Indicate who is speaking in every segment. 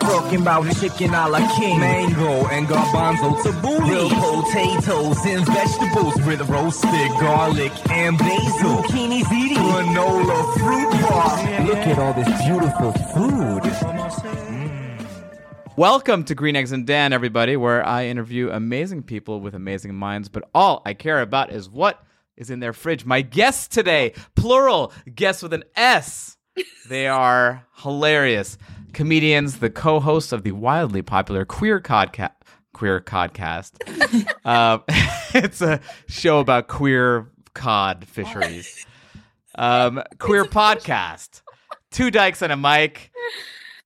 Speaker 1: Talking about chicken a la king, mango and garbanzo tabbouleh, grilled potatoes and vegetables with roasted garlic and basil, zucchinis eating granola fruit bar. Look at all this beautiful food.
Speaker 2: Welcome to Green Eggs and Dan, everybody, where I interview amazing people with amazing minds, but all I care about is what is in their fridge. My guests today, plural, guests with an S. They are hilarious comedians, the co hosts of the wildly popular Queer Codcast. Queer Codcast. um, it's a show about queer cod fisheries. Um, queer Podcast. Two Dykes and a Mic.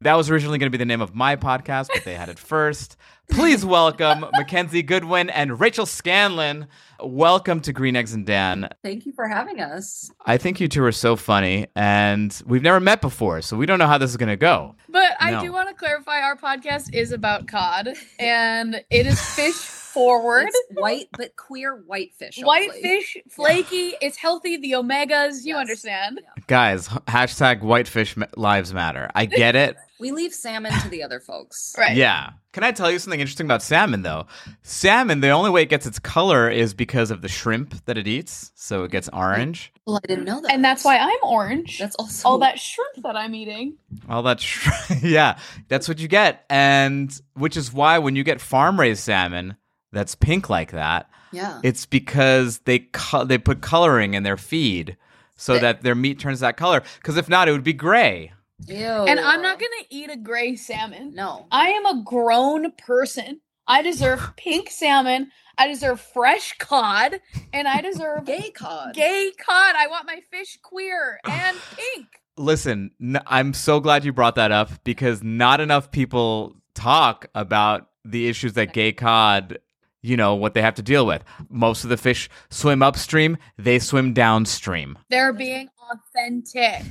Speaker 2: That was originally going to be the name of my podcast, but they had it first. Please welcome Mackenzie Goodwin and Rachel Scanlon. Welcome to Green Eggs and Dan.
Speaker 3: Thank you for having us.
Speaker 2: I think you two are so funny, and we've never met before, so we don't know how this is going to go.
Speaker 4: But
Speaker 2: No.
Speaker 4: I do want to clarify our podcast is about cod and it is fish forward.
Speaker 3: It's white, but queer whitefish.
Speaker 4: White
Speaker 3: only.
Speaker 4: fish, flaky, it's healthy, the omegas, you
Speaker 3: Yes.
Speaker 4: understand.
Speaker 3: Yeah.
Speaker 2: Guys, h- hashtag whitefish ma- lives matter. I get it.
Speaker 3: We leave salmon to the other folks.
Speaker 4: Right.
Speaker 2: Yeah. Can I tell you something interesting about salmon, though? Salmon, the only way it gets its color is because of the shrimp that it eats, so it gets orange.
Speaker 3: Well, I didn't know that.
Speaker 4: And that's why I'm orange.
Speaker 3: That's also
Speaker 4: all that shrimp that I'm eating.
Speaker 2: All that, sh- yeah, that's what you get, and which is why when you get farm raised salmon that's pink like that,
Speaker 3: Yeah.
Speaker 2: it's because they co- they put coloring in their feed so
Speaker 3: Th-
Speaker 2: that their meat turns that color. Because if not, it would be gray.
Speaker 3: Ew.
Speaker 4: And I'm not going to eat a gray salmon.
Speaker 3: Oh, No.
Speaker 4: I am a grown person. I deserve pink salmon. I deserve fresh cod. And I deserve
Speaker 3: Gay cod.
Speaker 4: gay cod. I want my fish queer and pink.
Speaker 2: Listen, n- I'm so glad you brought that up because not enough people talk about the issues that gay cod, you know, what they have to deal with. Most of the fish swim upstream; they swim downstream.
Speaker 4: They're being authentic.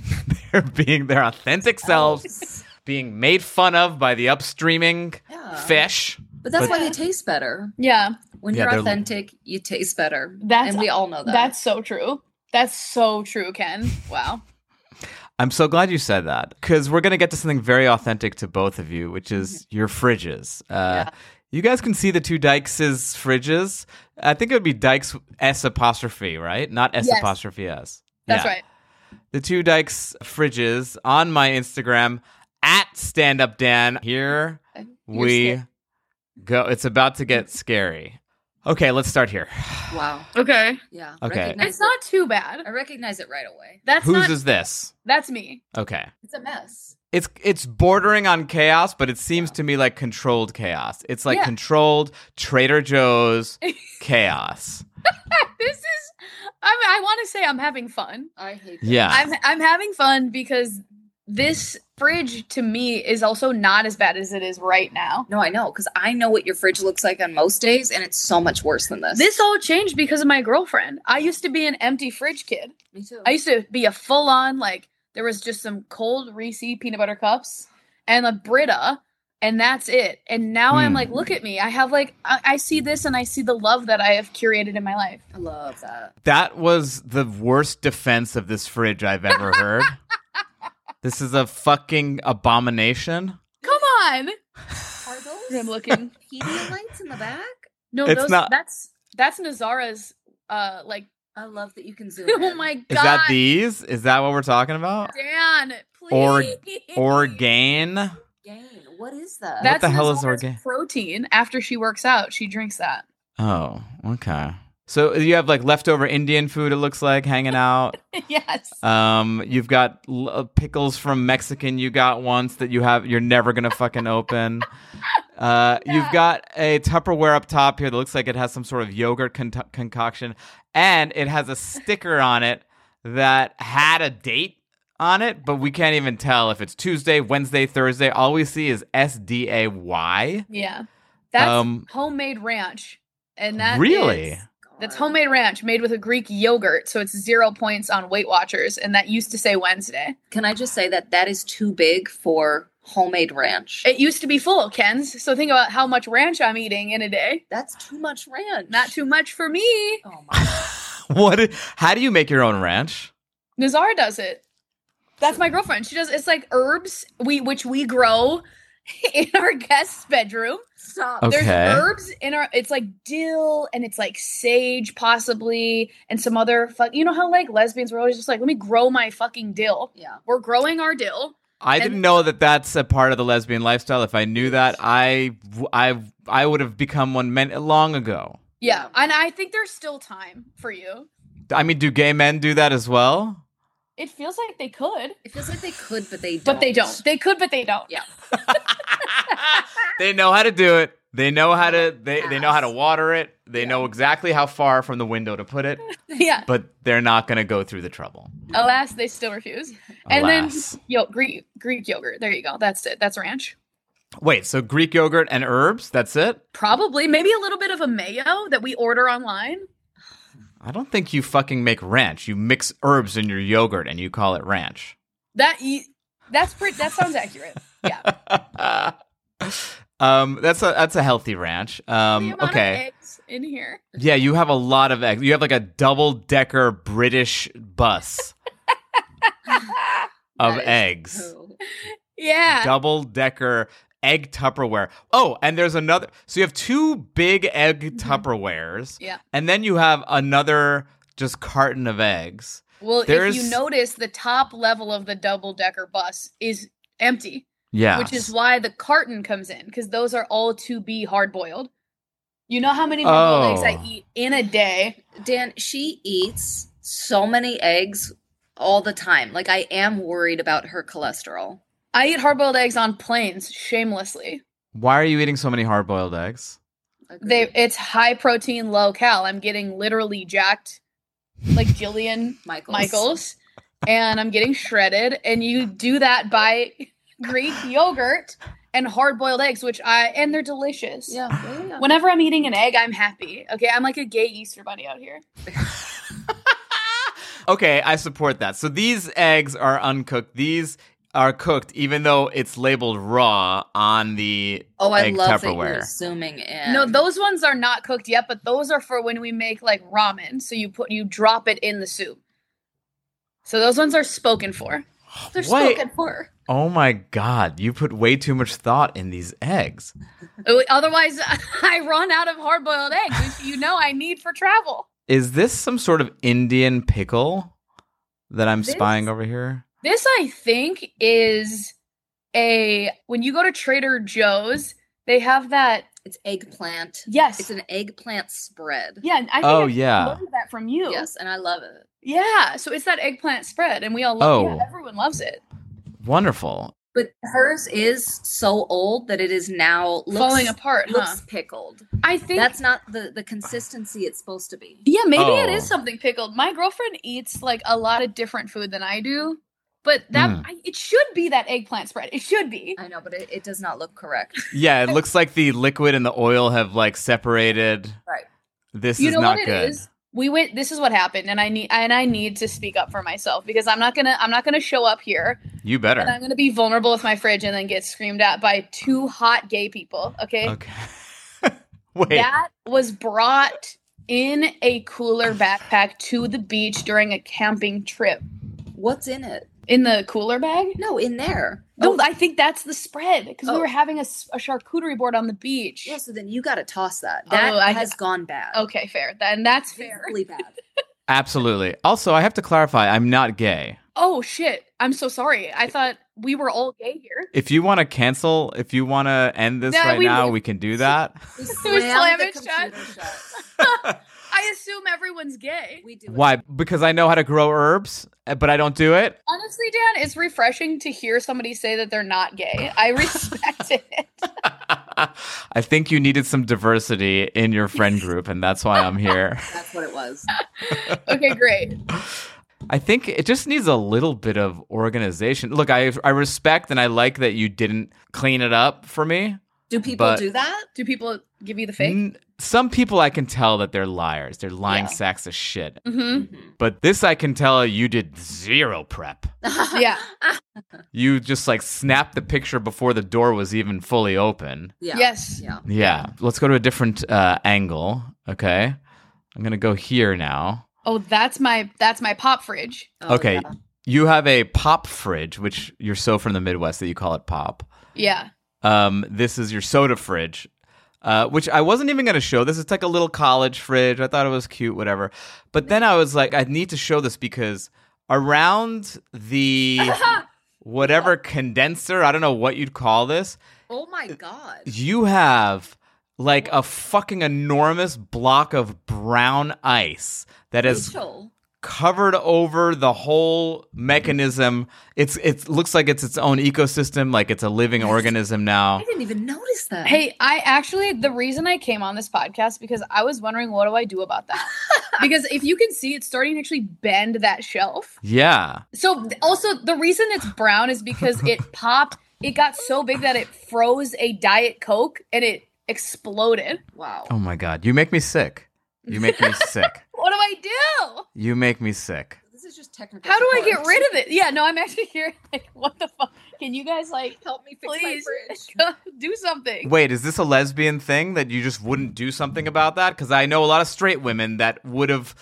Speaker 2: They're being their authentic selves, being made fun of by the upstreaming
Speaker 3: Yeah.
Speaker 4: Uh-huh.
Speaker 2: fish.
Speaker 3: But that's
Speaker 2: But-
Speaker 3: why they taste better.
Speaker 4: Yeah,
Speaker 3: When
Speaker 2: Yeah,
Speaker 3: you're
Speaker 2: they're-
Speaker 3: authentic, you taste better.
Speaker 4: That's-
Speaker 3: and we all know that.
Speaker 4: that's so true. That's so true, Ken. Wow.
Speaker 2: I'm so glad you said that because we're going to get to something very authentic to both of you, which is
Speaker 4: Mm-hmm.
Speaker 2: your fridges. Uh, You guys can see the two Dykes' fridges. I think it would be Dykes S apostrophe, right? Not S
Speaker 4: Yes.
Speaker 2: apostrophe S.
Speaker 4: That's
Speaker 2: Yeah.
Speaker 4: right.
Speaker 2: The two Dykes fridges on my Instagram at Stand Up Dan. Here
Speaker 3: You're
Speaker 2: we
Speaker 3: scared.
Speaker 2: go. It's about to get scary. Okay, let's start here.
Speaker 3: Wow.
Speaker 4: Okay.
Speaker 3: Yeah.
Speaker 2: Okay.
Speaker 3: Recognize
Speaker 4: It's not too bad.
Speaker 3: It. I recognize it right away.
Speaker 4: That's
Speaker 2: Whose
Speaker 4: not
Speaker 2: is this?
Speaker 4: that's me.
Speaker 2: Okay.
Speaker 3: It's a mess.
Speaker 2: it's it's bordering on chaos, but it seems to me like controlled chaos. It's like
Speaker 4: Yeah.
Speaker 2: controlled Trader Joe's chaos.
Speaker 4: This is I I want to say I'm having fun.
Speaker 3: I hate that.
Speaker 2: Yeah.
Speaker 4: I'm I'm having fun because this fridge to me is also not as bad as it is right now.
Speaker 3: No, I know, because I know what your fridge looks like on most days, and it's so much worse than this.
Speaker 4: This all changed because of my girlfriend. I used to be an empty fridge kid.
Speaker 3: Me too.
Speaker 4: I used to be a full on like there was just some cold Reese peanut butter cups and a Brita, and that's it. And now I'm
Speaker 2: Hmm.
Speaker 4: like, look at me. I have like I, I see this and I see the love that I have curated in my life.
Speaker 3: I love that.
Speaker 2: that was the worst defense of this fridge I've ever heard. this is a fucking abomination.
Speaker 4: Come on.
Speaker 3: Are those
Speaker 4: I'm looking.
Speaker 3: Pedialites in the back?
Speaker 4: No,
Speaker 2: It's
Speaker 4: those
Speaker 2: not-
Speaker 4: that's that's Nazara's uh like
Speaker 3: I love that you can zoom.
Speaker 4: oh
Speaker 3: in.
Speaker 4: my god.
Speaker 2: Is that these? Is that what we're talking about?
Speaker 4: Dan, please.
Speaker 2: Or- Orgain.
Speaker 3: gain. What is that?
Speaker 4: That's
Speaker 2: the hell is
Speaker 4: Nazara's
Speaker 2: organ-
Speaker 4: Protein. After she works out, she drinks that.
Speaker 2: Oh, okay. So you have like leftover Indian food. It looks like hanging out.
Speaker 4: yes.
Speaker 2: Um, you've got l- uh, pickles from Mexican you got once that you have you're never gonna fucking open. Uh, you've got a Tupperware up top here that looks like it has some sort of yogurt con- concoction, and it has a sticker on it that had a date on it, but we can't even tell if it's Tuesday, Wednesday, Thursday. All we see is S D A Y.
Speaker 4: Yeah. That's
Speaker 2: Um,
Speaker 4: homemade ranch. And that
Speaker 2: Really?
Speaker 4: is-
Speaker 3: Oh
Speaker 4: that's homemade ranch made with a Greek yogurt, so it's zero points on Weight Watchers, and that used to say Wednesday.
Speaker 3: Can I just say that that is too big for homemade ranch?
Speaker 4: It used to be full, Ken's. So think about how much ranch I'm eating in a day.
Speaker 3: That's too much ranch.
Speaker 4: Not too much for me.
Speaker 3: Oh my.
Speaker 2: What? i- How do you make your own ranch?
Speaker 4: Nazar does it. That's my girlfriend. She does. It's like herbs we which we grow in our guest's bedroom.
Speaker 3: Stop.
Speaker 4: Oh.
Speaker 2: Okay.
Speaker 4: There's herbs in our. It's like dill and it's like sage possibly and some other fuck. You know how like lesbians were always just like, let me grow my fucking dill.
Speaker 3: Yeah.
Speaker 4: We're growing our dill.
Speaker 2: I
Speaker 4: And-
Speaker 2: didn't know that that's a part of the lesbian lifestyle. If I knew that, I w- I I would have become one men long ago.
Speaker 4: Yeah, and I think there's still time for you.
Speaker 2: I mean, do gay men do that as well?
Speaker 4: It feels like they could,
Speaker 3: It feels like they could, but they don't.
Speaker 4: but they don't. They could, but they don't.
Speaker 3: Yeah.
Speaker 2: they know how to do it. They know how to they, they know how to water it. They know exactly how far from the window to put it,
Speaker 4: yeah.
Speaker 2: but they're not going to go through the trouble.
Speaker 4: Alas, they still refuse. And
Speaker 2: Alas.
Speaker 4: then yo, Greek Greek yogurt. There you go. That's it. That's ranch.
Speaker 2: Wait, so Greek yogurt and herbs, that's it?
Speaker 4: Probably, maybe a little bit of a mayo that we order online.
Speaker 2: I don't think you fucking make ranch. You mix herbs in your yogurt and you call it ranch.
Speaker 4: That e- that's pretty. That sounds accurate. Yeah.
Speaker 2: um, that's a that's a healthy ranch.
Speaker 4: The
Speaker 2: Um,
Speaker 4: amount of
Speaker 2: okay,
Speaker 4: eggs in here.
Speaker 2: yeah, you have a lot of eggs. You have like a double decker British bus of
Speaker 3: That is
Speaker 2: eggs,
Speaker 3: Who?
Speaker 4: Yeah.
Speaker 2: double decker egg Tupperware. Oh, and there's another. So you have two big
Speaker 4: Mm-hmm.
Speaker 2: egg Tupperwares,
Speaker 4: Yeah.
Speaker 2: and then you have another just carton of eggs.
Speaker 4: Well,
Speaker 2: There's-
Speaker 4: if you notice, the top level of the double decker bus is empty,
Speaker 2: Yeah,
Speaker 4: which is why the carton comes in because those are all to be hard boiled. You know how many
Speaker 2: Oh.
Speaker 4: boiled eggs I eat in a day?
Speaker 3: Dan, she eats so many eggs all the time. Like I am worried about her cholesterol.
Speaker 4: I eat hard boiled eggs on planes shamelessly.
Speaker 2: why are you eating so many hard boiled eggs?
Speaker 4: They it's high protein, low cal. I'm getting literally jacked, like Jillian
Speaker 3: Michael.
Speaker 4: Michaels, and I'm getting shredded. And you do that by Greek yogurt and hard boiled eggs, which I and they're delicious.
Speaker 3: Yeah. yeah, yeah.
Speaker 4: Whenever I'm eating an egg, I'm happy. Okay, I'm like a gay Easter bunny out here.
Speaker 2: Okay, I support that. So these eggs are uncooked. These are cooked, even though it's labeled raw on the
Speaker 3: Oh, I
Speaker 2: egg
Speaker 3: love that
Speaker 2: Tupperware.
Speaker 3: you're zooming in.
Speaker 4: No, those ones are not cooked yet, but those are for when we make like ramen. So you put you drop it in the soup. So those ones are spoken for. They're
Speaker 2: Wait.
Speaker 4: spoken for.
Speaker 2: oh my god, you put way too much thought in these eggs.
Speaker 4: Oh, Otherwise, I run out of hard boiled eggs, which you know I need for travel.
Speaker 2: Is this some sort of Indian pickle that I'm
Speaker 4: This-
Speaker 2: spying over here?
Speaker 4: This, I think, is a when you go to Trader Joe's, they have that.
Speaker 3: it's eggplant.
Speaker 4: Yes.
Speaker 3: It's an eggplant spread.
Speaker 4: yeah. I think
Speaker 2: Oh,
Speaker 4: I
Speaker 2: yeah.
Speaker 4: learned that from you.
Speaker 3: Yes, and I love it.
Speaker 4: Yeah. So it's that eggplant spread, and we all love
Speaker 2: Oh.
Speaker 4: yeah, everyone loves it.
Speaker 2: Wonderful.
Speaker 3: But hers is so old that it is now looks,
Speaker 4: Falling apart, huh?
Speaker 3: Looks pickled.
Speaker 4: I think
Speaker 3: That's not the the consistency it's supposed to be.
Speaker 4: Yeah, maybe it
Speaker 2: Oh.
Speaker 4: is something pickled. My girlfriend eats like a lot of different food than I do, but that
Speaker 2: Mm.
Speaker 4: I, it should be that eggplant spread. It should be.
Speaker 3: I know, but it, it does not look correct.
Speaker 2: Yeah, it looks like the liquid and the oil have like separated.
Speaker 3: Right.
Speaker 2: This
Speaker 4: you
Speaker 2: is
Speaker 4: know
Speaker 2: not
Speaker 4: what it is?
Speaker 2: good.
Speaker 4: We went. This is what happened, and I need and I need to speak up for myself because I'm not gonna I'm not gonna show up here
Speaker 2: You
Speaker 4: and I'm
Speaker 2: better.
Speaker 4: gonna be vulnerable with my fridge and then get screamed at by two hot gay people. Okay,
Speaker 2: Okay. Wait.
Speaker 4: that was brought in a cooler backpack to the beach during a camping trip.
Speaker 3: What's in it?
Speaker 4: In the cooler bag?
Speaker 3: No, in there.
Speaker 4: No, I think that's the spread because we
Speaker 3: Oh.
Speaker 4: were having a, s- a charcuterie board on the beach.
Speaker 3: Yeah, so then you got to toss that. That
Speaker 4: Oh, I-
Speaker 3: has gone bad.
Speaker 4: Okay, fair. Then that's fair.
Speaker 3: Really bad.
Speaker 2: Absolutely. Also, I have to clarify, I'm not gay.
Speaker 4: Oh shit! I'm so sorry. I thought we were all gay here.
Speaker 2: If you want to cancel, if you want to end this
Speaker 4: No,
Speaker 2: right
Speaker 4: we-
Speaker 2: now, we can do that.
Speaker 3: We
Speaker 4: slam
Speaker 3: slammed the
Speaker 4: it shut.
Speaker 3: computer shut.
Speaker 4: I assume everyone's gay.
Speaker 3: We do. it.
Speaker 2: Why? Because I know how to grow herbs, eh, but I don't do it.
Speaker 4: Honestly, Dan, it's refreshing to hear somebody say that they're not gay. I respect it.
Speaker 2: I think you needed some diversity in your friend group, and that's why I'm here.
Speaker 3: That's what it was.
Speaker 4: Okay, great.
Speaker 2: I think it just needs a little bit of organization. Look, I I respect and I like that you didn't clean it up for me.
Speaker 3: Do people
Speaker 2: But-
Speaker 3: do that?
Speaker 4: Do people give you the fake?
Speaker 2: N- Some people I can tell that they're liars. They're lying
Speaker 3: Yeah.
Speaker 2: sacks of shit.
Speaker 4: Mm-hmm.
Speaker 2: But this I can tell you did zero prep.
Speaker 4: Yeah.
Speaker 2: You just like snapped the picture before the door was even fully open.
Speaker 3: Yeah.
Speaker 4: Yes.
Speaker 3: Yeah.
Speaker 2: Yeah. Let's go to a different uh, angle. Okay. I'm going to go here now.
Speaker 4: Oh, that's my that's my pop fridge.
Speaker 3: Oh,
Speaker 2: okay.
Speaker 3: yeah.
Speaker 2: You have a pop fridge, which you're so from the Midwest that you call it pop.
Speaker 4: Yeah.
Speaker 2: Um, this is your soda fridge, uh, which I wasn't even going to show. This is like a little college fridge. I thought it was cute, whatever. But then I was like, I need to show this because around the whatever condenser, I don't know what you'd call this,
Speaker 3: Oh my god.
Speaker 2: you have like a fucking enormous block of brown ice that is
Speaker 3: Rachel.
Speaker 2: covered over the whole mechanism. It's it looks like it's its own ecosystem, like it's a living organism now.
Speaker 3: I didn't even notice that.
Speaker 4: Hey, I actually the reason I came on this podcast because I was wondering what do I do about that? because if you can see, it's starting to actually bend that shelf.
Speaker 2: Yeah.
Speaker 4: So th- also the reason it's brown is because it popped. It got so big that it froze a diet coke and it exploded.
Speaker 3: Wow.
Speaker 2: Oh my god, you make me sick. You make me sick.
Speaker 4: What do I do?
Speaker 2: You make me sick.
Speaker 3: This is just technical.
Speaker 4: How do I get
Speaker 3: support.
Speaker 4: rid of it? Yeah, no, I'm actually here. Like, what the fuck? Can you guys like
Speaker 3: Help me fix
Speaker 4: please
Speaker 3: my fridge.
Speaker 4: do something?
Speaker 2: Wait, is this a lesbian thing that you just wouldn't do something about that? Cuz I know a lot of straight women that would have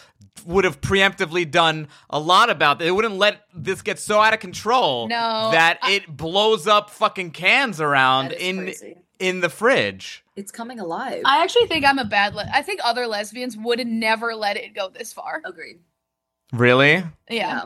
Speaker 2: would have preemptively done a lot about it. They wouldn't let this get so out of control
Speaker 4: No.
Speaker 2: that it blows up fucking cans around
Speaker 3: That is
Speaker 2: Um, in
Speaker 3: crazy.
Speaker 2: in the fridge.
Speaker 3: It's coming alive.
Speaker 4: I actually think I'm a bad. Le- I think other lesbians would never let it go this far.
Speaker 2: Oh,
Speaker 3: Agreed.
Speaker 2: Really?
Speaker 4: Yeah.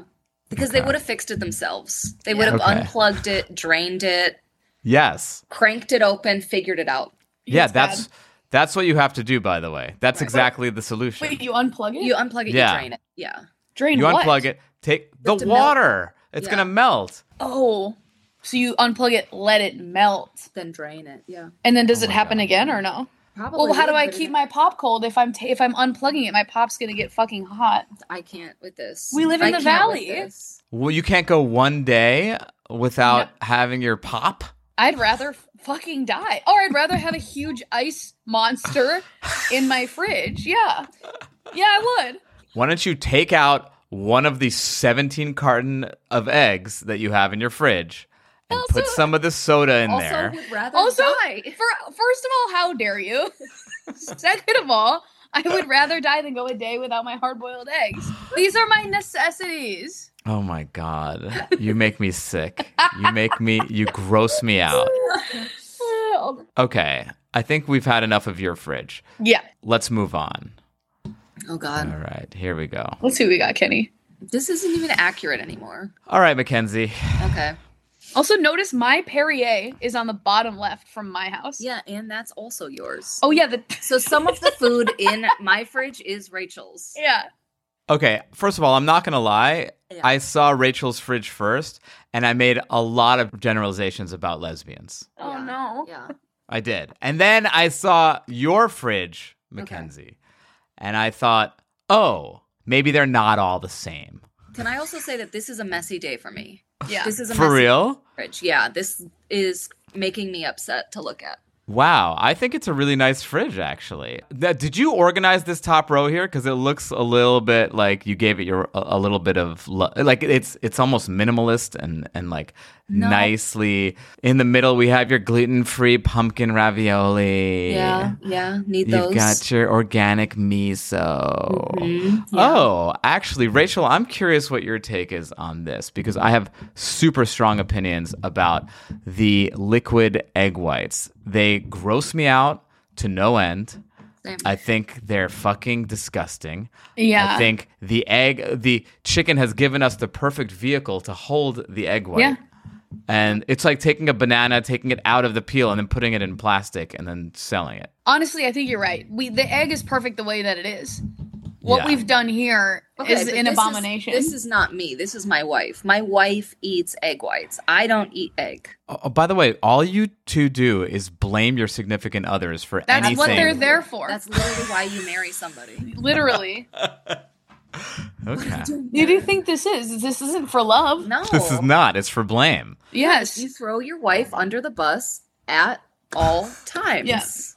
Speaker 3: Because they would have fixed it themselves. They would have
Speaker 2: Okay.
Speaker 3: unplugged it, drained it,
Speaker 2: Yes.
Speaker 3: cranked it open, figured it out.
Speaker 2: Yeah,
Speaker 4: It's bad.
Speaker 2: that's that's what you have to do by the way. That's exactly the solution.
Speaker 4: Wait, you unplug it?
Speaker 3: You unplug it,
Speaker 2: Yeah.
Speaker 3: you drain it. Yeah.
Speaker 4: drain
Speaker 2: you
Speaker 4: what?
Speaker 2: unplug it, take the
Speaker 3: to melt.
Speaker 2: water. It's
Speaker 3: Yeah.
Speaker 2: going to melt.
Speaker 4: Oh, so you unplug it, let it melt,
Speaker 3: Then drain it. Yeah.
Speaker 4: and then
Speaker 2: Oh
Speaker 4: does it happen again or no?
Speaker 3: Probably.
Speaker 4: Well, how do
Speaker 3: would,
Speaker 4: I
Speaker 3: but Oh, it-
Speaker 4: keep my pop cold if I'm ta- if I'm unplugging it? My pop's gonna get fucking hot.
Speaker 3: I can't with this.
Speaker 4: We live in
Speaker 3: I can't
Speaker 4: the valley.
Speaker 3: with this.
Speaker 2: Well, you can't go one day without having your pop.
Speaker 4: I'd rather f- fucking die, or I'd rather have a huge ice monster in my fridge. Yeah, yeah, I would.
Speaker 2: Why don't you take out one of the 17 carton of eggs that you have in your fridge and put
Speaker 4: Also-
Speaker 2: some of the soda in
Speaker 3: Also,
Speaker 2: there?
Speaker 3: would rather
Speaker 4: Also,
Speaker 3: die.
Speaker 4: for, first of all, how dare you? Second of all, I would rather die than go a day without my hard boiled eggs. These are my necessities.
Speaker 2: Oh my god. You make me sick. You make me you gross me out.
Speaker 4: Oh,
Speaker 2: Okay. I think we've had enough of your fridge.
Speaker 4: Yeah,
Speaker 2: Let's move on.
Speaker 3: Oh
Speaker 2: All
Speaker 3: God,
Speaker 2: right. Here we go.
Speaker 4: let's see what we got, Kenny.
Speaker 3: this isn't even accurate anymore.
Speaker 2: All right, Mackenzie.
Speaker 3: Okay.
Speaker 4: Also, notice my Perrier is on the bottom left from my house.
Speaker 3: Yeah, and that's also yours.
Speaker 4: Oh yeah, the
Speaker 3: So some of the food in my fridge is Rachel's.
Speaker 4: yeah.
Speaker 2: Okay, first of all, I'm not gonna lie.
Speaker 3: Yeah.
Speaker 2: I saw Rachel's fridge first, and I made a lot of generalizations about lesbians.
Speaker 4: Oh
Speaker 3: Yeah.
Speaker 4: no.
Speaker 3: Yeah.
Speaker 2: I did. And then I saw your fridge, Mackenzie, and I thought, oh, maybe they're not all the same.
Speaker 3: Can I also say that this is a messy day for me?
Speaker 4: Yeah.
Speaker 3: This is a
Speaker 2: For
Speaker 3: messy
Speaker 2: real?
Speaker 3: fridge. Yeah, this is making me upset to look at.
Speaker 2: Wow, I think it's a really nice fridge, actually. Th- did you organize this top row here? Because it looks a little bit like you gave it your a, a little bit of lo- like it's it's almost minimalist and and like
Speaker 3: No.
Speaker 2: nicely in the middle. We have your gluten free pumpkin ravioli.
Speaker 3: yeah, need
Speaker 2: You've got your organic miso.
Speaker 3: Mhm,
Speaker 4: Mm-hmm.
Speaker 2: Oh, actually, Rachel, I'm curious what your take is on this because I have super strong opinions about the liquid egg whites. They gross me out to no end.
Speaker 3: Same.
Speaker 2: I think they're fucking disgusting.
Speaker 4: Yeah.
Speaker 2: I think the egg, the chicken has given us the perfect vehicle to hold the egg white.
Speaker 4: Yeah.
Speaker 2: And it's like taking a banana, taking it out of the peel, and then putting it in plastic and then selling it.
Speaker 4: Honestly, I think you're right. We the egg is perfect the way that it is. What
Speaker 2: Yeah.
Speaker 4: we've done here is
Speaker 3: Okay, but
Speaker 4: an
Speaker 3: this
Speaker 4: abomination.
Speaker 3: This is not me. This is my wife. My wife eats egg whites. I don't eat egg.
Speaker 2: Oh, oh, by the way, all you two do is blame your significant others for
Speaker 4: That's
Speaker 2: anything.
Speaker 4: what they're there for.
Speaker 3: That's literally why you marry somebody.
Speaker 4: literally.
Speaker 2: Okay.
Speaker 4: Who do you think this is? This isn't for love.
Speaker 3: No.
Speaker 2: This is not. It's for blame.
Speaker 4: Yes.
Speaker 3: You throw your wife under the bus at all times.
Speaker 4: Yes.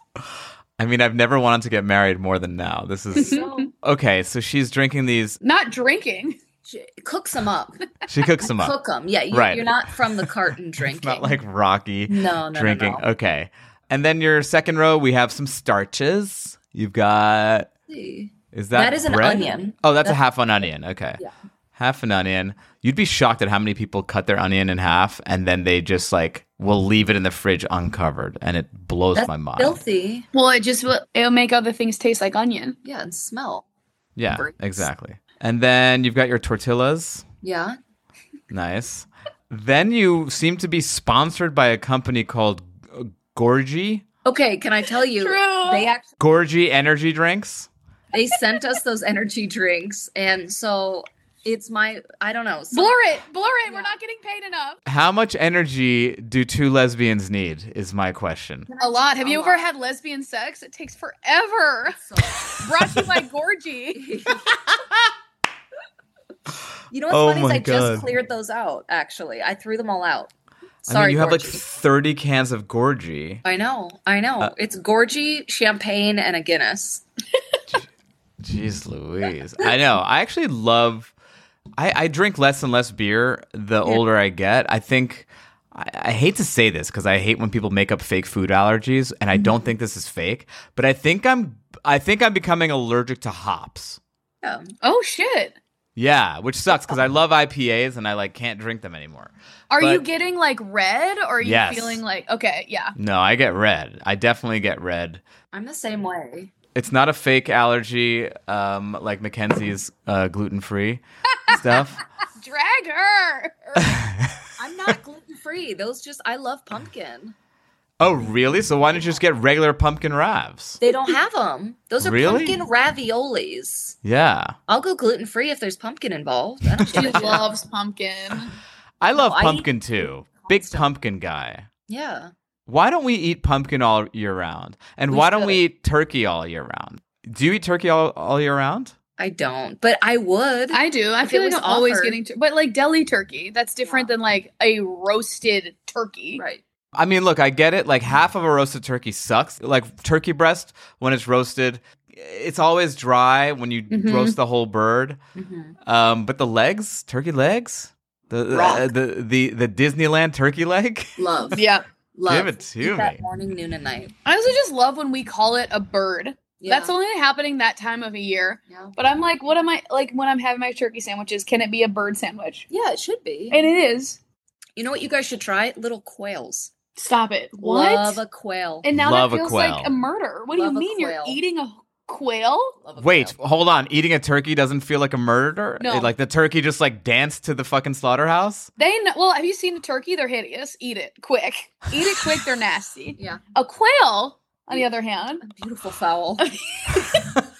Speaker 2: I mean, I've never wanted to get married more than now. This is
Speaker 3: So
Speaker 2: okay. So she's drinking these.
Speaker 4: Not drinking.
Speaker 3: j- cooks them up.
Speaker 2: She cooks them up.
Speaker 3: Cook them. Yeah. You,
Speaker 2: Right.
Speaker 3: You're not from the carton drinking.
Speaker 2: It's not like Rocky
Speaker 3: No, no, no,
Speaker 2: drinking.
Speaker 3: no.
Speaker 2: Okay. And then your second row, we have some starches. You've got
Speaker 3: See?
Speaker 2: is that
Speaker 3: That is an
Speaker 2: bread?
Speaker 3: onion.
Speaker 2: Oh, that's, a half an onion. Okay.
Speaker 3: Yeah.
Speaker 2: Half an onion. You'd be shocked at how many people cut their onion in half and then they just like will leave it in the fridge uncovered and it blows
Speaker 3: That's
Speaker 2: my mind.
Speaker 3: filthy.
Speaker 4: Well, it just will. It'll make other things taste like onion.
Speaker 3: Yeah, and smell.
Speaker 2: Yeah,
Speaker 3: Bricks.
Speaker 2: exactly. And then you've got your tortillas.
Speaker 3: Yeah.
Speaker 2: Nice. then you seem to be sponsored by a company called G- Gorgie.
Speaker 3: Okay, can I tell you?
Speaker 4: True.
Speaker 3: They actually
Speaker 2: Gorgie energy drinks.
Speaker 3: they sent us those energy drinks, and so it's my I don't know. some-
Speaker 4: Blur it. Blur it. We're not getting paid enough.
Speaker 2: How much energy do two lesbians need? Is my question.
Speaker 4: A lot. Have
Speaker 3: A
Speaker 4: you ever
Speaker 3: lot.
Speaker 4: had lesbian sex? It takes forever. Brought to you by Gorgie.
Speaker 3: you know what's
Speaker 2: Oh
Speaker 3: funny is
Speaker 2: my
Speaker 3: I
Speaker 2: God.
Speaker 3: just cleared those out. Actually, I threw them all out.
Speaker 2: I mean,
Speaker 3: Sorry,
Speaker 2: you have like
Speaker 3: Gorgie.
Speaker 2: 30 cans of Gorgie.
Speaker 3: I know, I know.
Speaker 2: Uh,
Speaker 3: it's Gorgie, champagne, and a Guinness.
Speaker 2: Jeez Louise. I know. I actually love I, I drink less and less beer the older I get. I think I, I hate to say this because I hate when people make up fake food allergies, and I don't think this is fake, but I think I'm I think I'm becoming allergic to hops.
Speaker 3: Yeah.
Speaker 4: Oh shit.
Speaker 2: Yeah, which sucks because I love IPAs and I like can't drink them anymore.
Speaker 4: Are you
Speaker 2: But-
Speaker 4: getting like red or are you
Speaker 2: Yes.
Speaker 4: feeling like okay, yeah.
Speaker 2: No, I get red. I definitely get red.
Speaker 3: I'm the same way.
Speaker 2: It's not a fake allergy um, like Mackenzie's uh, gluten free stuff.
Speaker 4: Drag her.
Speaker 3: I'm not gluten free. Those just I love pumpkin.
Speaker 2: Oh, really? So why don't you just get regular pumpkin ravs?
Speaker 3: They don't have them. Those are
Speaker 2: Really?
Speaker 3: pumpkin raviolis.
Speaker 2: Yeah.
Speaker 3: I'll go gluten free if there's pumpkin involved. I don't
Speaker 4: She
Speaker 3: give a shit.
Speaker 4: loves pumpkin.
Speaker 2: I love
Speaker 3: I eat
Speaker 2: pumpkin too. Big pumpkin guy.
Speaker 3: Yeah.
Speaker 2: Why don't we eat pumpkin all year round? And
Speaker 3: We
Speaker 2: why don't
Speaker 3: should.
Speaker 2: we eat turkey all year round? Do you eat turkey all, all year round?
Speaker 3: I don't, but I would.
Speaker 4: I do. I
Speaker 3: If
Speaker 4: feel
Speaker 3: it
Speaker 4: like
Speaker 3: was
Speaker 4: I'm always
Speaker 3: offered.
Speaker 4: getting tur- but like deli turkey, that's different than like a roasted turkey.
Speaker 3: right.
Speaker 2: I mean, look, I get it. Like half of a roasted turkey sucks. Like turkey breast, when it's roasted, it's always dry when you
Speaker 3: Mm-hmm.
Speaker 4: Mhm.
Speaker 2: roast the whole bird. Um, but the legs, turkey legs, the the-
Speaker 3: Rock.
Speaker 2: the, the the Disneyland turkey leg.
Speaker 3: Love.
Speaker 4: Yeah.
Speaker 3: Love.
Speaker 2: Give it to
Speaker 3: Eat
Speaker 2: me.
Speaker 3: That morning, noon, and night.
Speaker 4: I also just love when we call it a bird.
Speaker 3: Yeah.
Speaker 4: That's only happening that time of a year.
Speaker 3: Yeah.
Speaker 4: But I'm like, what am I like when I'm having my turkey sandwiches? Can it be a bird sandwich?
Speaker 3: Yeah, it should be.
Speaker 4: And it is.
Speaker 3: you know what you guys should try? Little quails.
Speaker 4: Stop it. What?
Speaker 3: Love a quail.
Speaker 4: and now
Speaker 2: Love a
Speaker 4: that feels
Speaker 2: quail.
Speaker 4: like a murder. What
Speaker 3: Love
Speaker 4: do
Speaker 3: a
Speaker 4: you mean you're
Speaker 3: quail.
Speaker 4: eating a quail?
Speaker 3: Love a
Speaker 2: Wait,
Speaker 3: quail.
Speaker 2: hold on. Eating a turkey doesn't feel like a murder.
Speaker 4: No.
Speaker 2: Like the turkey just like danced to the fucking slaughterhouse.
Speaker 4: They know, well, have you seen a turkey? They're hideous. Eat it quick. Eat it quick. They're nasty.
Speaker 3: Yeah.
Speaker 4: A quail, on the other hand,
Speaker 3: Beautiful fowl.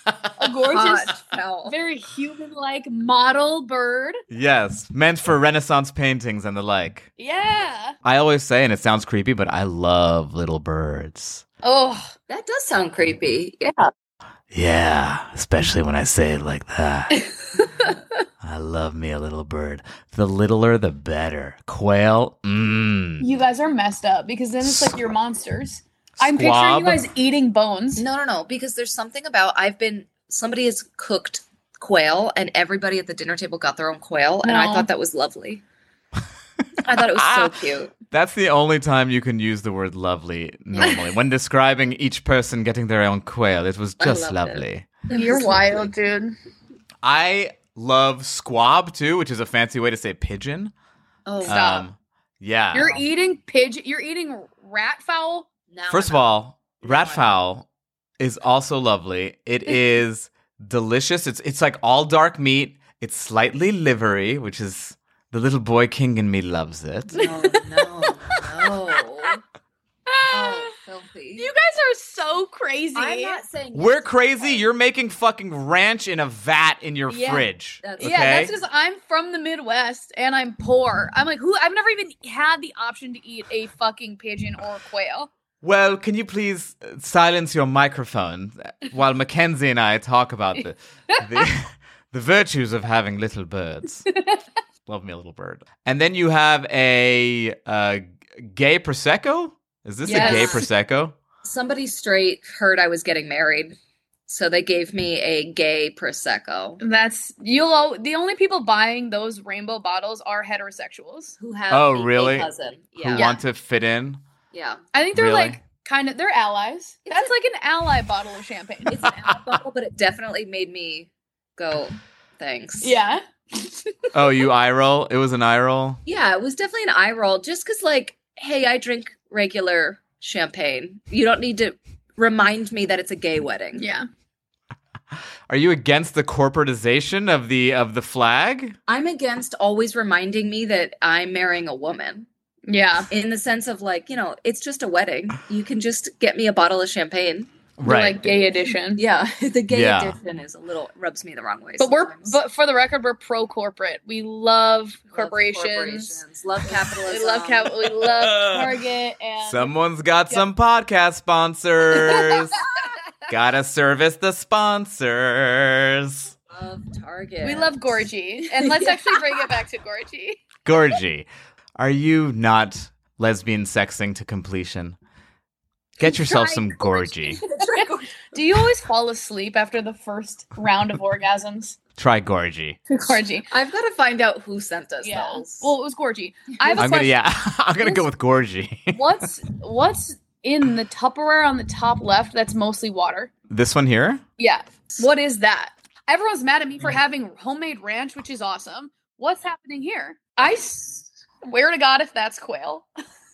Speaker 4: a gorgeous,
Speaker 3: Hot fowl.
Speaker 4: very human-like model bird.
Speaker 2: Yes, meant for Renaissance paintings and the like.
Speaker 4: Yeah.
Speaker 2: I always say, and it sounds creepy, but I love little birds.
Speaker 4: Oh,
Speaker 3: That does sound creepy. Yeah.
Speaker 2: Yeah, especially when I say it like that. I love me a little bird. The littler, the better. Quail, mmm.
Speaker 4: you guys are messed up because then it's like you're monsters. I'm picturing
Speaker 2: Squab.
Speaker 4: you guys eating bones.
Speaker 3: No, no, no. Because there's something about I've been somebody has cooked quail and everybody at the dinner table got their own quail and I
Speaker 4: No.
Speaker 3: thought that was lovely. I thought it was so cute.
Speaker 2: That's the only time you can use the word lovely normally. when describing each person getting their own quail, it was
Speaker 3: I
Speaker 2: just
Speaker 3: loved it.
Speaker 2: lovely.
Speaker 4: You're wild, dude.
Speaker 2: I love squab too, which is a fancy way to say pigeon. Uh, Um,
Speaker 3: Oh,
Speaker 4: Stop.
Speaker 2: yeah.
Speaker 4: You're eating pigeon. You're eating rat fowl.
Speaker 3: now
Speaker 2: First of
Speaker 3: I'm-
Speaker 2: all, rat fowl is also lovely. It is delicious. It's it's like all dark meat. It's slightly livery, which is the little boy king in me loves it.
Speaker 3: No, no, no. Oh, filthy.
Speaker 4: Ah, You guys are so crazy.
Speaker 3: I'm not saying
Speaker 2: We're
Speaker 3: yes.
Speaker 2: crazy. You're making fucking ranch in a vat in your
Speaker 4: Yeah,
Speaker 2: fridge.
Speaker 3: that's-
Speaker 2: okay?
Speaker 4: Yeah, that's because I'm from the Midwest and I'm poor. I'm like, who? I've never even had the option to eat a fucking pigeon or quail.
Speaker 2: Well, can you please uh, silence your microphone while Mackenzie and I talk about the the, the virtues of having little birds? Love me a little bird. And then you have a uh, g- gay prosecco. Is this a gay
Speaker 3: Yes.
Speaker 2: prosecco?
Speaker 3: Somebody straight heard I was getting married, so they gave me a gay prosecco.
Speaker 4: That's you'll. al- The only people buying those rainbow bottles are heterosexuals.
Speaker 3: Who have
Speaker 2: Oh,
Speaker 3: a gay
Speaker 2: really?
Speaker 3: cousin?
Speaker 2: Who
Speaker 3: Yeah,
Speaker 2: want to fit in?
Speaker 3: yeah.
Speaker 4: I think they're
Speaker 2: Really?
Speaker 4: like kind of they're allies.
Speaker 3: It's
Speaker 4: That's
Speaker 3: a-
Speaker 4: like an ally bottle of champagne.
Speaker 3: It's an alcohol, but it definitely made me go. Thanks.
Speaker 4: yeah.
Speaker 2: Oh, you eye roll. It was an eye roll.
Speaker 3: Yeah, it was definitely an eye roll just because, like, hey, I drink regular champagne. You don't need to remind me that it's a gay wedding.
Speaker 4: Yeah.
Speaker 2: Are you against the corporatization of the of the flag?
Speaker 3: I'm against always reminding me that I'm marrying a woman
Speaker 4: Yeah.
Speaker 3: in the sense of, like, you know, it's just a wedding. You can just get me a bottle of champagne.
Speaker 4: They're Like gay edition.
Speaker 3: Yeah, the gay
Speaker 2: Yeah.
Speaker 3: addiction is a little rubs me the wrong way.
Speaker 4: But we're
Speaker 3: sometimes.
Speaker 4: but for the record, we're pro corporate. We love
Speaker 3: Love
Speaker 4: corporations.
Speaker 3: corporations, love capitalism.
Speaker 4: We love cap- we love Target and
Speaker 2: Someone's got some podcast sponsors. Gotta service the sponsors.
Speaker 3: Love Target.
Speaker 4: we love Gorgie. And let's actually bring it back to Gorgie.
Speaker 2: Gorgie, are you not lesbian sexing to completion? Get yourself some Gorgie.
Speaker 4: Do you always fall asleep after the first round of orgasms?
Speaker 2: Try Gorgie.
Speaker 4: Gorgie.
Speaker 3: I've got to find out who sent us
Speaker 4: Yeah.
Speaker 3: those.
Speaker 4: Well, it was Gorgie. I have a
Speaker 2: I'm gonna
Speaker 4: question.
Speaker 2: yeah. I'm gonna go with Gorgie.
Speaker 4: What's what's in the Tupperware on the top left that's mostly water?
Speaker 2: this one here.
Speaker 4: Yeah. What is that? Everyone's mad at me for having homemade ranch, which is awesome. What's happening here? I swear to God, if that's quail.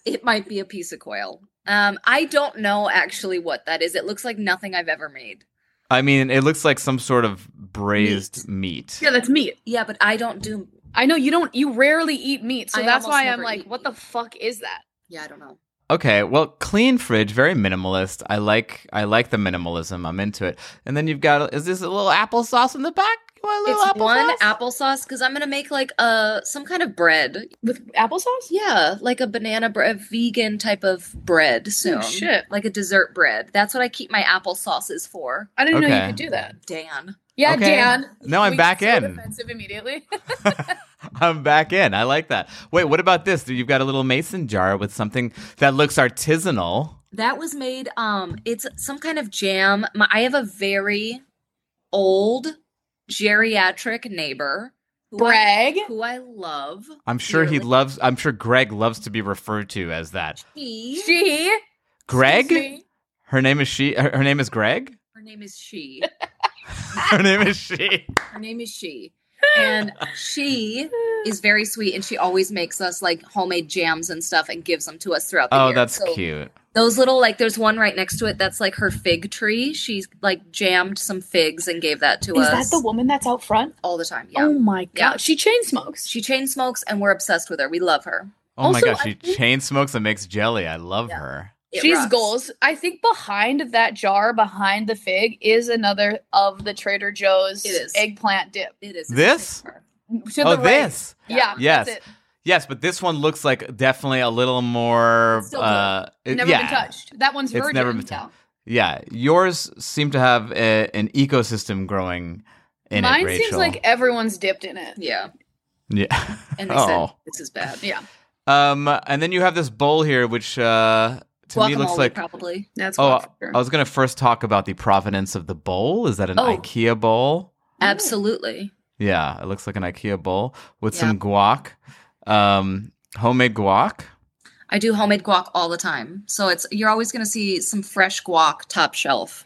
Speaker 3: It might be a piece of quail. Um, I don't know actually what that is. It looks like nothing I've ever made.
Speaker 2: I mean, it looks like some sort of braised meat.
Speaker 4: that's meat.
Speaker 3: Yeah, but I don't do.
Speaker 4: I know you don't. You rarely eat meat, so
Speaker 3: I
Speaker 4: that's
Speaker 3: almost
Speaker 4: why I'm
Speaker 3: never
Speaker 4: like,
Speaker 3: eat
Speaker 4: what the
Speaker 3: meat.
Speaker 4: fuck is that?
Speaker 3: Yeah, I don't know.
Speaker 2: Okay, well, clean fridge, very minimalist. I like I like the minimalism. I'm into it. And then you've got is this a little applesauce in the back? You want a little
Speaker 3: it's one
Speaker 2: applesauce?
Speaker 3: applesauce because I'm gonna make like a some kind of bread.
Speaker 4: With applesauce?
Speaker 3: Yeah, like a banana bread, vegan type of bread. Soon,
Speaker 4: shit.
Speaker 3: like a dessert bread. That's what I keep my applesauces for.
Speaker 4: I didn't know
Speaker 2: Okay.
Speaker 4: you could do that.
Speaker 3: Dan,
Speaker 4: Yeah,
Speaker 2: Okay.
Speaker 4: Dan.
Speaker 2: No, I'm
Speaker 4: We
Speaker 2: back
Speaker 4: so
Speaker 2: in.
Speaker 4: Defensive immediately.
Speaker 2: I'm back in. I like that. Wait, what about this? You've got a little mason jar with something that looks artisanal.
Speaker 3: that was made. Um, it's some kind of jam. My, I have a very old geriatric neighbor. who I
Speaker 4: Brag.
Speaker 3: who I love.
Speaker 2: I'm sure he
Speaker 3: dearly.
Speaker 2: loves. I'm sure Greg loves to be referred to as that.
Speaker 3: She.
Speaker 4: She.
Speaker 2: Greg. Her name is she. Her her name is Greg.
Speaker 3: Her name is she.
Speaker 2: Her name is she.
Speaker 3: Her name is she. And she is very sweet, and she always makes us like homemade jams and stuff, and gives them to us throughout the year.
Speaker 2: Oh, that's
Speaker 3: So
Speaker 2: cute.
Speaker 3: Those little like, there's one right next to it that's like her fig tree. She's like jammed some figs and gave that to
Speaker 4: Is
Speaker 3: us.
Speaker 4: that the woman that's out front?
Speaker 3: all the time? Yeah.
Speaker 4: Oh my god,
Speaker 3: Yeah.
Speaker 4: she chain smokes.
Speaker 3: She chain smokes, and we're obsessed with her. We love her.
Speaker 2: Oh my
Speaker 4: Also,
Speaker 2: gosh,
Speaker 4: I
Speaker 2: she
Speaker 4: think-
Speaker 2: chain smokes and makes jelly. I love
Speaker 3: Yeah.
Speaker 2: her.
Speaker 3: It
Speaker 4: She's
Speaker 3: rocks.
Speaker 4: goals. I think behind that jar, behind the fig, is another of the Trader Joe's
Speaker 3: It is.
Speaker 4: eggplant dip.
Speaker 3: It is
Speaker 2: This?
Speaker 4: To
Speaker 2: oh,
Speaker 4: the right.
Speaker 2: this.
Speaker 4: Yeah.
Speaker 2: Yes.
Speaker 4: that's it.
Speaker 2: Yes, but this one looks like definitely a little more.
Speaker 3: It's still
Speaker 2: uh, it-
Speaker 4: Never
Speaker 2: yeah.
Speaker 4: been touched. That one's
Speaker 2: It's
Speaker 4: virgin.
Speaker 2: never been
Speaker 4: Yeah.
Speaker 2: touched. Yeah, yours seem to have a, an ecosystem growing in
Speaker 4: Mine
Speaker 2: it. Rachel.
Speaker 4: seems like everyone's dipped in it.
Speaker 3: Yeah.
Speaker 2: yeah.
Speaker 3: And they said
Speaker 2: oh.
Speaker 3: this is bad.
Speaker 4: Yeah.
Speaker 2: Um, and then you have this bowl here, which uh, to me looks
Speaker 3: Guacamole,
Speaker 2: like.
Speaker 3: probably.
Speaker 4: That's
Speaker 2: Oh,
Speaker 4: oh,
Speaker 2: I was going to first talk about the provenance of the bowl. Is that an
Speaker 3: Oh.
Speaker 2: IKEA bowl?
Speaker 3: Absolutely.
Speaker 2: Yeah, it looks like an IKEA bowl with
Speaker 3: Yeah.
Speaker 2: some guac, um, homemade guac.
Speaker 3: I do homemade guac all the time. So it's you're always going to see some fresh guac top shelf.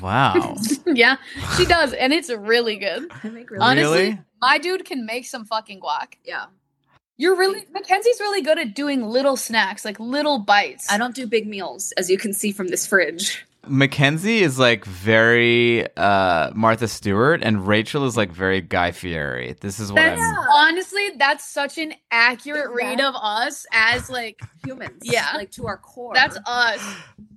Speaker 2: Wow,
Speaker 4: yeah, she does, and it's really good.
Speaker 3: I make
Speaker 4: Honestly,
Speaker 2: really?
Speaker 4: my dude can make some fucking guac.
Speaker 3: Yeah.
Speaker 4: You're really Mackenzie's really good at doing little snacks, like little bites.
Speaker 3: I don't do big meals as you can see from this fridge.
Speaker 2: Mackenzie is like very uh, Martha Stewart, and Rachel is like very Guy Fieri. This is what
Speaker 4: That's
Speaker 2: I'm.
Speaker 4: honestly, that's such an accurate read
Speaker 3: Yeah.
Speaker 4: of us as like
Speaker 3: humans.
Speaker 4: Yeah.
Speaker 3: like to our core.
Speaker 4: that's us.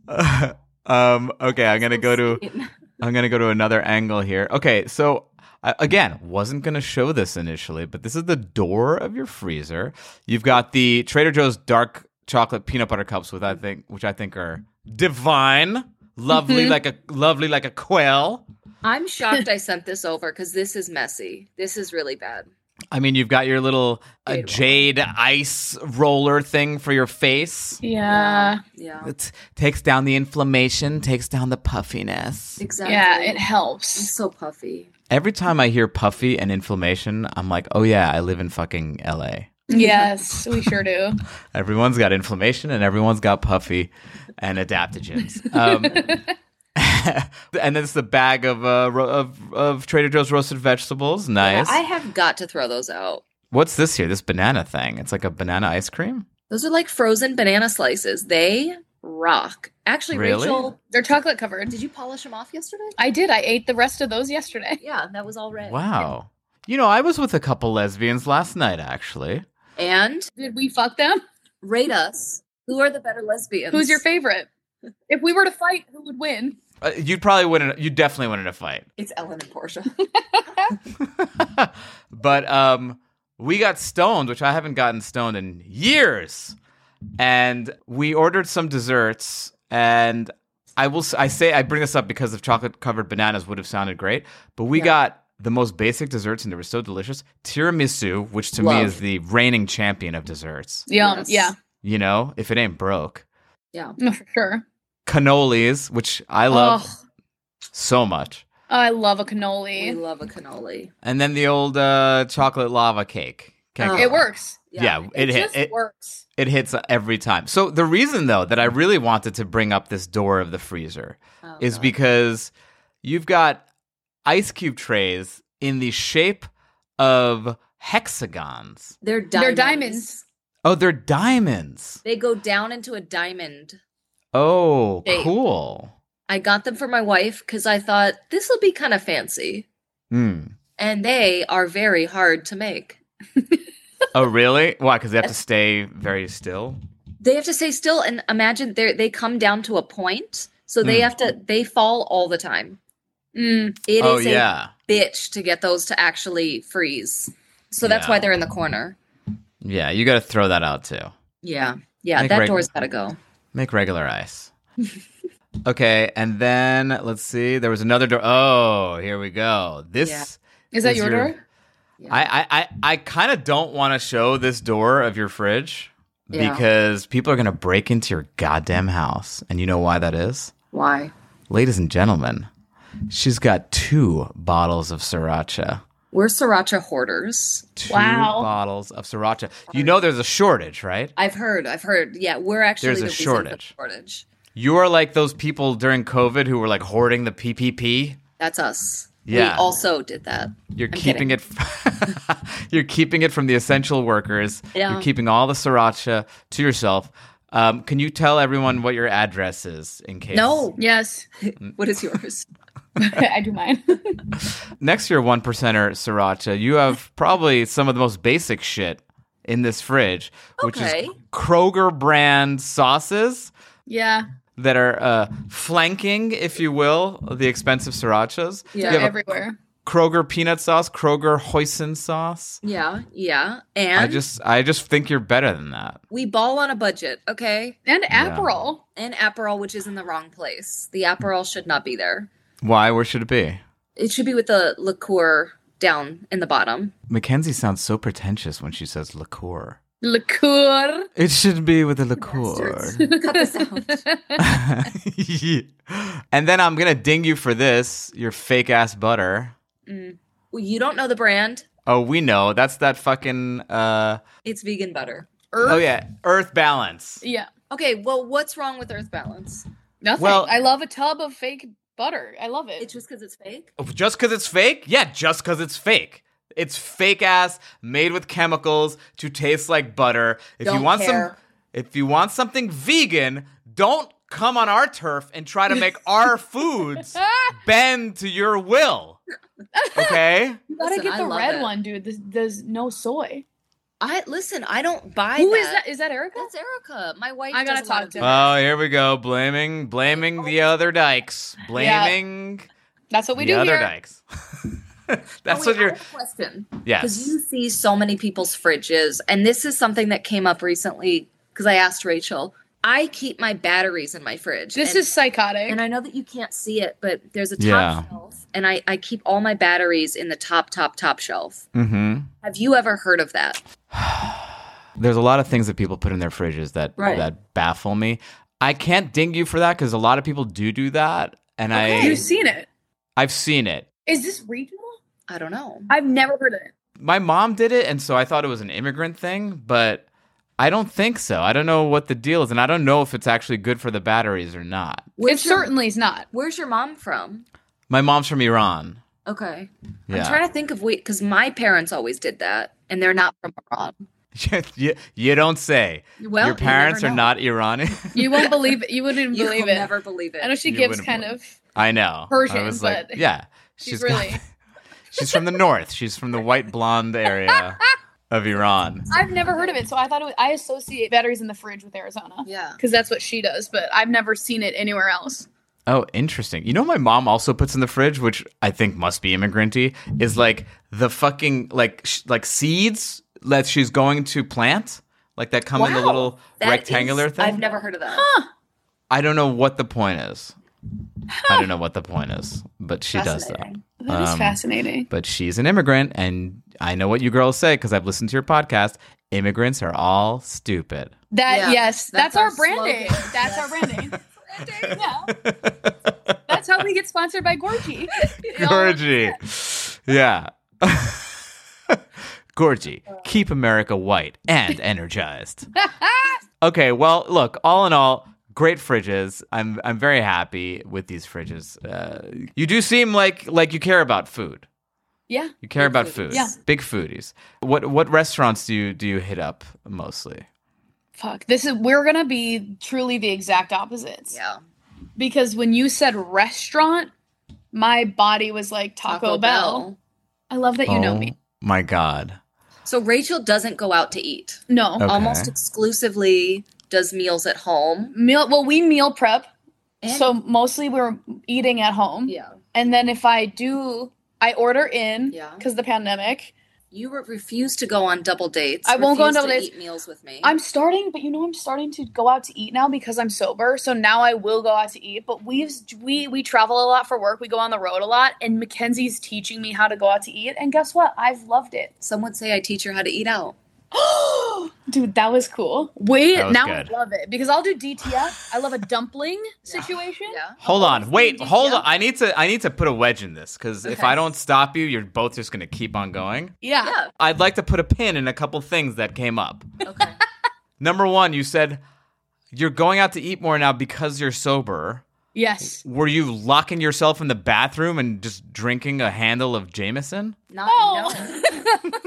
Speaker 2: um, okay, I'm gonna go to
Speaker 3: Insane.
Speaker 2: I'm gonna go to another angle here. Okay, so uh, again, wasn't gonna show this initially, but this is the door of your freezer. You've got the Trader Joe's dark chocolate peanut butter cups, with I think which I think are divine, lovely like a lovely like a quail.
Speaker 3: I'm shocked I sent this over because this is messy. This is really bad.
Speaker 2: I mean, you've got your little uh,
Speaker 3: Jade
Speaker 2: jade ice roller thing for your face.
Speaker 4: Yeah.
Speaker 3: Yeah,
Speaker 2: It takes down the inflammation, takes down the puffiness.
Speaker 3: exactly.
Speaker 4: Yeah, it
Speaker 3: I'm
Speaker 4: helps.
Speaker 3: so puffy.
Speaker 2: Every time I hear puffy and inflammation, I'm like, oh yeah, I live in fucking LA.
Speaker 4: yes, we sure do.
Speaker 2: Everyone's got inflammation and everyone's got puffy and adaptogens. Um, and then it's the bag of, uh, ro- of of Trader Joe's roasted vegetables. Nice.
Speaker 3: I have got to throw those out.
Speaker 2: What's this here? This banana thing. It's like a banana ice cream.
Speaker 3: Those are like frozen banana slices. They rock. Actually,
Speaker 2: Really?
Speaker 3: Rachel,
Speaker 4: They're chocolate covered.
Speaker 3: did you polish them off yesterday?
Speaker 4: I did. I ate the rest of those yesterday.
Speaker 3: Yeah, that was all red.
Speaker 2: Wow. You know, I was with a couple lesbians last night, actually.
Speaker 3: And
Speaker 4: Did we fuck them?
Speaker 3: rate us. Who are the better lesbians?
Speaker 4: Who's your favorite? If we were to fight, who would win?
Speaker 2: Uh, you'd probably win. In, you definitely win in a fight.
Speaker 3: It's Ellen and Portia.
Speaker 2: but um, we got stoned, which I haven't gotten stoned in years. And we ordered some desserts. And I will s- I say I bring this up because if chocolate covered bananas would have sounded great, but we got the most basic desserts and they were so delicious. Tiramisu, which to me
Speaker 3: Love.
Speaker 2: is the reigning champion of desserts.
Speaker 4: Yeah,
Speaker 3: Yes.
Speaker 4: yeah,
Speaker 2: You know, if it ain't broke.
Speaker 3: Yeah.
Speaker 4: no, for sure.
Speaker 2: Cannolis, which I love
Speaker 4: Ugh,
Speaker 2: so much.
Speaker 4: I love a
Speaker 3: We
Speaker 4: cannoli.
Speaker 3: love a cannoli.
Speaker 2: And then the old uh, chocolate lava cake. Can't
Speaker 3: Oh.
Speaker 2: go
Speaker 4: It works.
Speaker 2: Yeah, it,
Speaker 4: It,
Speaker 2: hit,
Speaker 4: just
Speaker 2: it,
Speaker 4: works.
Speaker 2: it hits every time. So the reason though that I really wanted to bring up this door of the freezer
Speaker 3: Oh,
Speaker 2: is
Speaker 3: God.
Speaker 2: because you've got ice cube trays in the shape of hexagons.
Speaker 3: they're diamonds.
Speaker 4: They're diamonds.
Speaker 2: Oh, they're diamonds.
Speaker 3: They go down into a diamond.
Speaker 2: Oh,
Speaker 3: Shape.
Speaker 2: cool.
Speaker 3: I got them for my wife because I thought this will be kind of fancy.
Speaker 2: Hmm.
Speaker 3: And they are very hard to make.
Speaker 2: Oh, really? Why? Because they have to stay very still.
Speaker 3: They have to stay still and imagine they they come down to a point. So they
Speaker 2: Mm.
Speaker 3: have to they fall all the time.
Speaker 4: Mm,
Speaker 3: It is
Speaker 2: oh,
Speaker 3: a
Speaker 2: yeah,
Speaker 3: bitch to get those to actually freeze. So that's
Speaker 2: Yeah.
Speaker 3: why they're in the corner.
Speaker 2: yeah. You got to throw that out too.
Speaker 3: Yeah. Yeah,
Speaker 2: Like
Speaker 3: that
Speaker 2: reg-
Speaker 3: door's got to go.
Speaker 2: Make regular ice. okay, and then let's see. There was another door. Oh, here we go. This.
Speaker 3: Yeah.
Speaker 4: is that
Speaker 2: Is
Speaker 4: your
Speaker 2: your-
Speaker 4: door?
Speaker 2: I I I, I kind of don't want to show this door of your fridge
Speaker 3: Yeah.
Speaker 2: because people are gonna break into your goddamn house, and you know why that is,
Speaker 3: Why?
Speaker 2: ladies and gentlemen. She's got two bottles of sriracha.
Speaker 3: We're sriracha hoarders.
Speaker 2: Two
Speaker 4: Wow.
Speaker 2: bottles of sriracha. You know there's a shortage, right?
Speaker 3: I've heard. I've heard. Yeah, we're actually
Speaker 2: There's a
Speaker 3: the reason for the
Speaker 2: shortage.
Speaker 3: shortage.
Speaker 2: You are like those people during COVID who were like hoarding the PPP.
Speaker 3: That's us.
Speaker 2: Yeah.
Speaker 3: We also did that.
Speaker 2: You're
Speaker 3: I'm
Speaker 2: keeping
Speaker 3: kidding.
Speaker 2: it. you're keeping it from the essential workers.
Speaker 3: Yeah.
Speaker 2: You're keeping all the sriracha to yourself. Um, can you tell everyone what your address is in case?
Speaker 3: No.
Speaker 4: Yes,
Speaker 3: What is yours?
Speaker 4: I do mine.
Speaker 2: Next to your one percenter sriracha, you have probably some of the most basic shit in this fridge, which
Speaker 3: Okay.
Speaker 2: is Kroger brand sauces
Speaker 4: yeah,
Speaker 2: that are uh, flanking, if you will, the expensive srirachas.
Speaker 3: Yeah,
Speaker 2: you have a
Speaker 4: everywhere.
Speaker 2: Kroger peanut sauce, Kroger hoisin sauce.
Speaker 3: Yeah, yeah. And
Speaker 2: I just, I just think you're better than that.
Speaker 3: we ball on a budget, okay?
Speaker 4: And Aperol.
Speaker 3: And Aperol, which is in the wrong place. The Aperol should not be there.
Speaker 2: Why? Where should it be?
Speaker 3: It should be with the liqueur down in the bottom.
Speaker 2: Mackenzie sounds so pretentious when she says liqueur.
Speaker 4: Liqueur.
Speaker 2: It should be with the liqueur.
Speaker 3: Cut this out.
Speaker 2: Yeah. And then I'm gonna ding you for this, your fake ass butter.
Speaker 3: Well, you don't know the brand.
Speaker 2: Oh, we know. That's that fucking uh
Speaker 3: It's vegan butter. Er,
Speaker 4: Earth.
Speaker 2: Oh yeah, Earth Balance.
Speaker 4: Yeah.
Speaker 3: Okay, well, what's wrong with Earth Balance?
Speaker 4: Nothing.
Speaker 2: Well-
Speaker 4: I love a tub of fake butter. I love it.
Speaker 3: It's just because it's fake?
Speaker 2: Oh, Just cuz it's fake? Yeah, just cuz it's fake. It's fake ass made with chemicals to taste like butter. If you
Speaker 3: Don't
Speaker 2: want
Speaker 3: care.
Speaker 2: some if you want something vegan, don't come on our turf and try to make our foods bend to your will. Okay?
Speaker 4: You gotta
Speaker 3: Listen,
Speaker 4: get
Speaker 3: I
Speaker 4: the
Speaker 3: love
Speaker 4: red
Speaker 3: it.
Speaker 4: one, dude. This, there's no soy.
Speaker 3: I listen. I don't buy
Speaker 4: Who
Speaker 3: that.
Speaker 4: is that? Is that Erica?
Speaker 3: That's Erica. My wife.
Speaker 4: I gotta
Speaker 3: does a lot
Speaker 4: talk
Speaker 3: of
Speaker 4: to
Speaker 3: that.
Speaker 4: her.
Speaker 2: Oh, here we go. Blaming blaming the other dykes. Blaming
Speaker 4: That's what we
Speaker 2: the
Speaker 4: do
Speaker 2: other
Speaker 4: here.
Speaker 2: dykes.
Speaker 3: Oh,
Speaker 2: Uh, That's
Speaker 3: wait,
Speaker 2: what
Speaker 3: I
Speaker 2: you're
Speaker 3: have a question. Because
Speaker 2: Yes.
Speaker 3: you see so many people's fridges, and this is something that came up recently because I asked Rachel. I keep my batteries in my fridge.
Speaker 4: This
Speaker 3: and-
Speaker 4: is psychotic.
Speaker 3: and I know that you can't see it, but there's a top
Speaker 2: Yeah.
Speaker 3: shelf, and I, I keep all my batteries in the top, top, top shelf.
Speaker 2: Mm-hmm.
Speaker 3: Have you ever heard of that?
Speaker 2: There's a lot of things that people put in their fridges that
Speaker 3: Right.
Speaker 2: that baffle me. I can't ding you for that because a lot of people do do that, and I
Speaker 4: You've seen it.
Speaker 2: I've seen it.
Speaker 4: Is this regional?
Speaker 3: I don't know.
Speaker 4: I've never heard of it.
Speaker 2: My mom did it, and so I thought it was an immigrant thing, but I don't think so. I don't know what the deal is, and I don't know if it's actually good for the batteries or not.
Speaker 4: It
Speaker 3: Where's your,
Speaker 4: certainly is not.
Speaker 3: Where's your mom from?
Speaker 2: My mom's from Iran.
Speaker 3: Okay,
Speaker 2: Yeah.
Speaker 3: I'm trying to think of we because my parents always did that, and they're not from Iran.
Speaker 2: you, you don't say.
Speaker 3: Well,
Speaker 2: Your
Speaker 3: you never
Speaker 2: parents are
Speaker 3: know.
Speaker 2: not Iranian.
Speaker 4: You won't believe it. You wouldn't
Speaker 3: You
Speaker 4: believe
Speaker 3: will
Speaker 4: it.
Speaker 3: never believe it.
Speaker 4: I know she
Speaker 2: You
Speaker 4: gives
Speaker 2: wouldn't
Speaker 4: kind
Speaker 2: believe
Speaker 4: of.
Speaker 2: I know. I
Speaker 4: Persian,
Speaker 2: was like,
Speaker 4: but
Speaker 2: yeah,
Speaker 4: She's
Speaker 2: got-
Speaker 4: really.
Speaker 2: she's from the north. She's from the white blonde area of Iran.
Speaker 4: I've never heard of it, so I thought it was, I associate batteries in the fridge with Arizona.
Speaker 3: Yeah.
Speaker 4: because that's what she does. But I've never seen it anywhere else.
Speaker 2: Oh, interesting. You know, what my mom also puts in the fridge, which I think must be immigranty, is like the fucking like sh- like seeds that she's going to plant, like that come in the
Speaker 3: Wow.
Speaker 2: little
Speaker 3: That
Speaker 2: rectangular
Speaker 3: is-
Speaker 2: thing.
Speaker 3: I've never heard of that.
Speaker 2: I don't know what the point is. I don't know what the point is, but she does that.
Speaker 3: Fascinating.
Speaker 4: That is
Speaker 2: Um,
Speaker 4: fascinating.
Speaker 2: But she's an immigrant, and I know what you girls say because I've listened to your podcast. Immigrants are all stupid.
Speaker 4: That
Speaker 3: yeah,
Speaker 4: yes,
Speaker 3: that's
Speaker 4: that's, our
Speaker 3: our
Speaker 4: branding.
Speaker 3: slogan.
Speaker 4: That's our branding. Yeah. That's how we get sponsored by Gorky.
Speaker 2: Gorgy. Yeah. Gorgy. Keep America white and energized. okay, well, look, all in all, great fridges. I'm I'm very happy with these fridges. Uh, you do seem like like you care about food.
Speaker 4: yeah.
Speaker 2: You care about food.
Speaker 4: Yeah.
Speaker 2: Big foodies. What what restaurants do you do you hit up mostly?
Speaker 4: Fuck. This is we're gonna be truly the exact opposites.
Speaker 3: Yeah.
Speaker 4: Because when you said restaurant, my body was like Taco, Bell. I love that you know
Speaker 2: Oh,
Speaker 4: me.
Speaker 2: My god.
Speaker 3: So Rachel doesn't go out to eat.
Speaker 4: No.
Speaker 2: Okay.
Speaker 3: Almost exclusively does meals at home.
Speaker 4: Meal well, we meal prep.
Speaker 3: And-
Speaker 4: So mostly we're eating at home.
Speaker 3: yeah,
Speaker 4: And then if I do, I order in
Speaker 3: Yeah.
Speaker 4: because the pandemic.
Speaker 3: you re- refuse to go on double dates.
Speaker 4: I won't go on
Speaker 3: refuse
Speaker 4: double
Speaker 3: to
Speaker 4: dates.
Speaker 3: Eat meals with me.
Speaker 4: I'm starting, but you know, I'm starting to go out to eat now because I'm sober. So now I will go out to eat. But we've we we travel a lot for work. We go on the road a lot, and Mackenzie's teaching me how to go out to eat. And guess what? I've loved it,
Speaker 3: Some would say I teach her how to eat out.
Speaker 4: dude. That was cool. Wait,
Speaker 2: That was
Speaker 4: now
Speaker 2: good.
Speaker 4: I love it because I'll do DTF. I love a dumpling situation.
Speaker 3: Yeah.
Speaker 2: Hold on, wait,
Speaker 4: Did
Speaker 2: hold
Speaker 4: you?
Speaker 2: on. I need to I need to put a wedge in this because if
Speaker 3: Okay.
Speaker 2: I don't stop you, you're both just gonna keep on going.
Speaker 4: yeah.
Speaker 2: I'd like to put a pin in a couple things that came up.
Speaker 3: Okay.
Speaker 2: Number one, you said you're going out to eat more now because you're sober.
Speaker 4: Yes.
Speaker 2: Were you locking yourself in the bathroom and just drinking a handle of Jameson?
Speaker 3: Not
Speaker 4: Oh.
Speaker 3: no. Not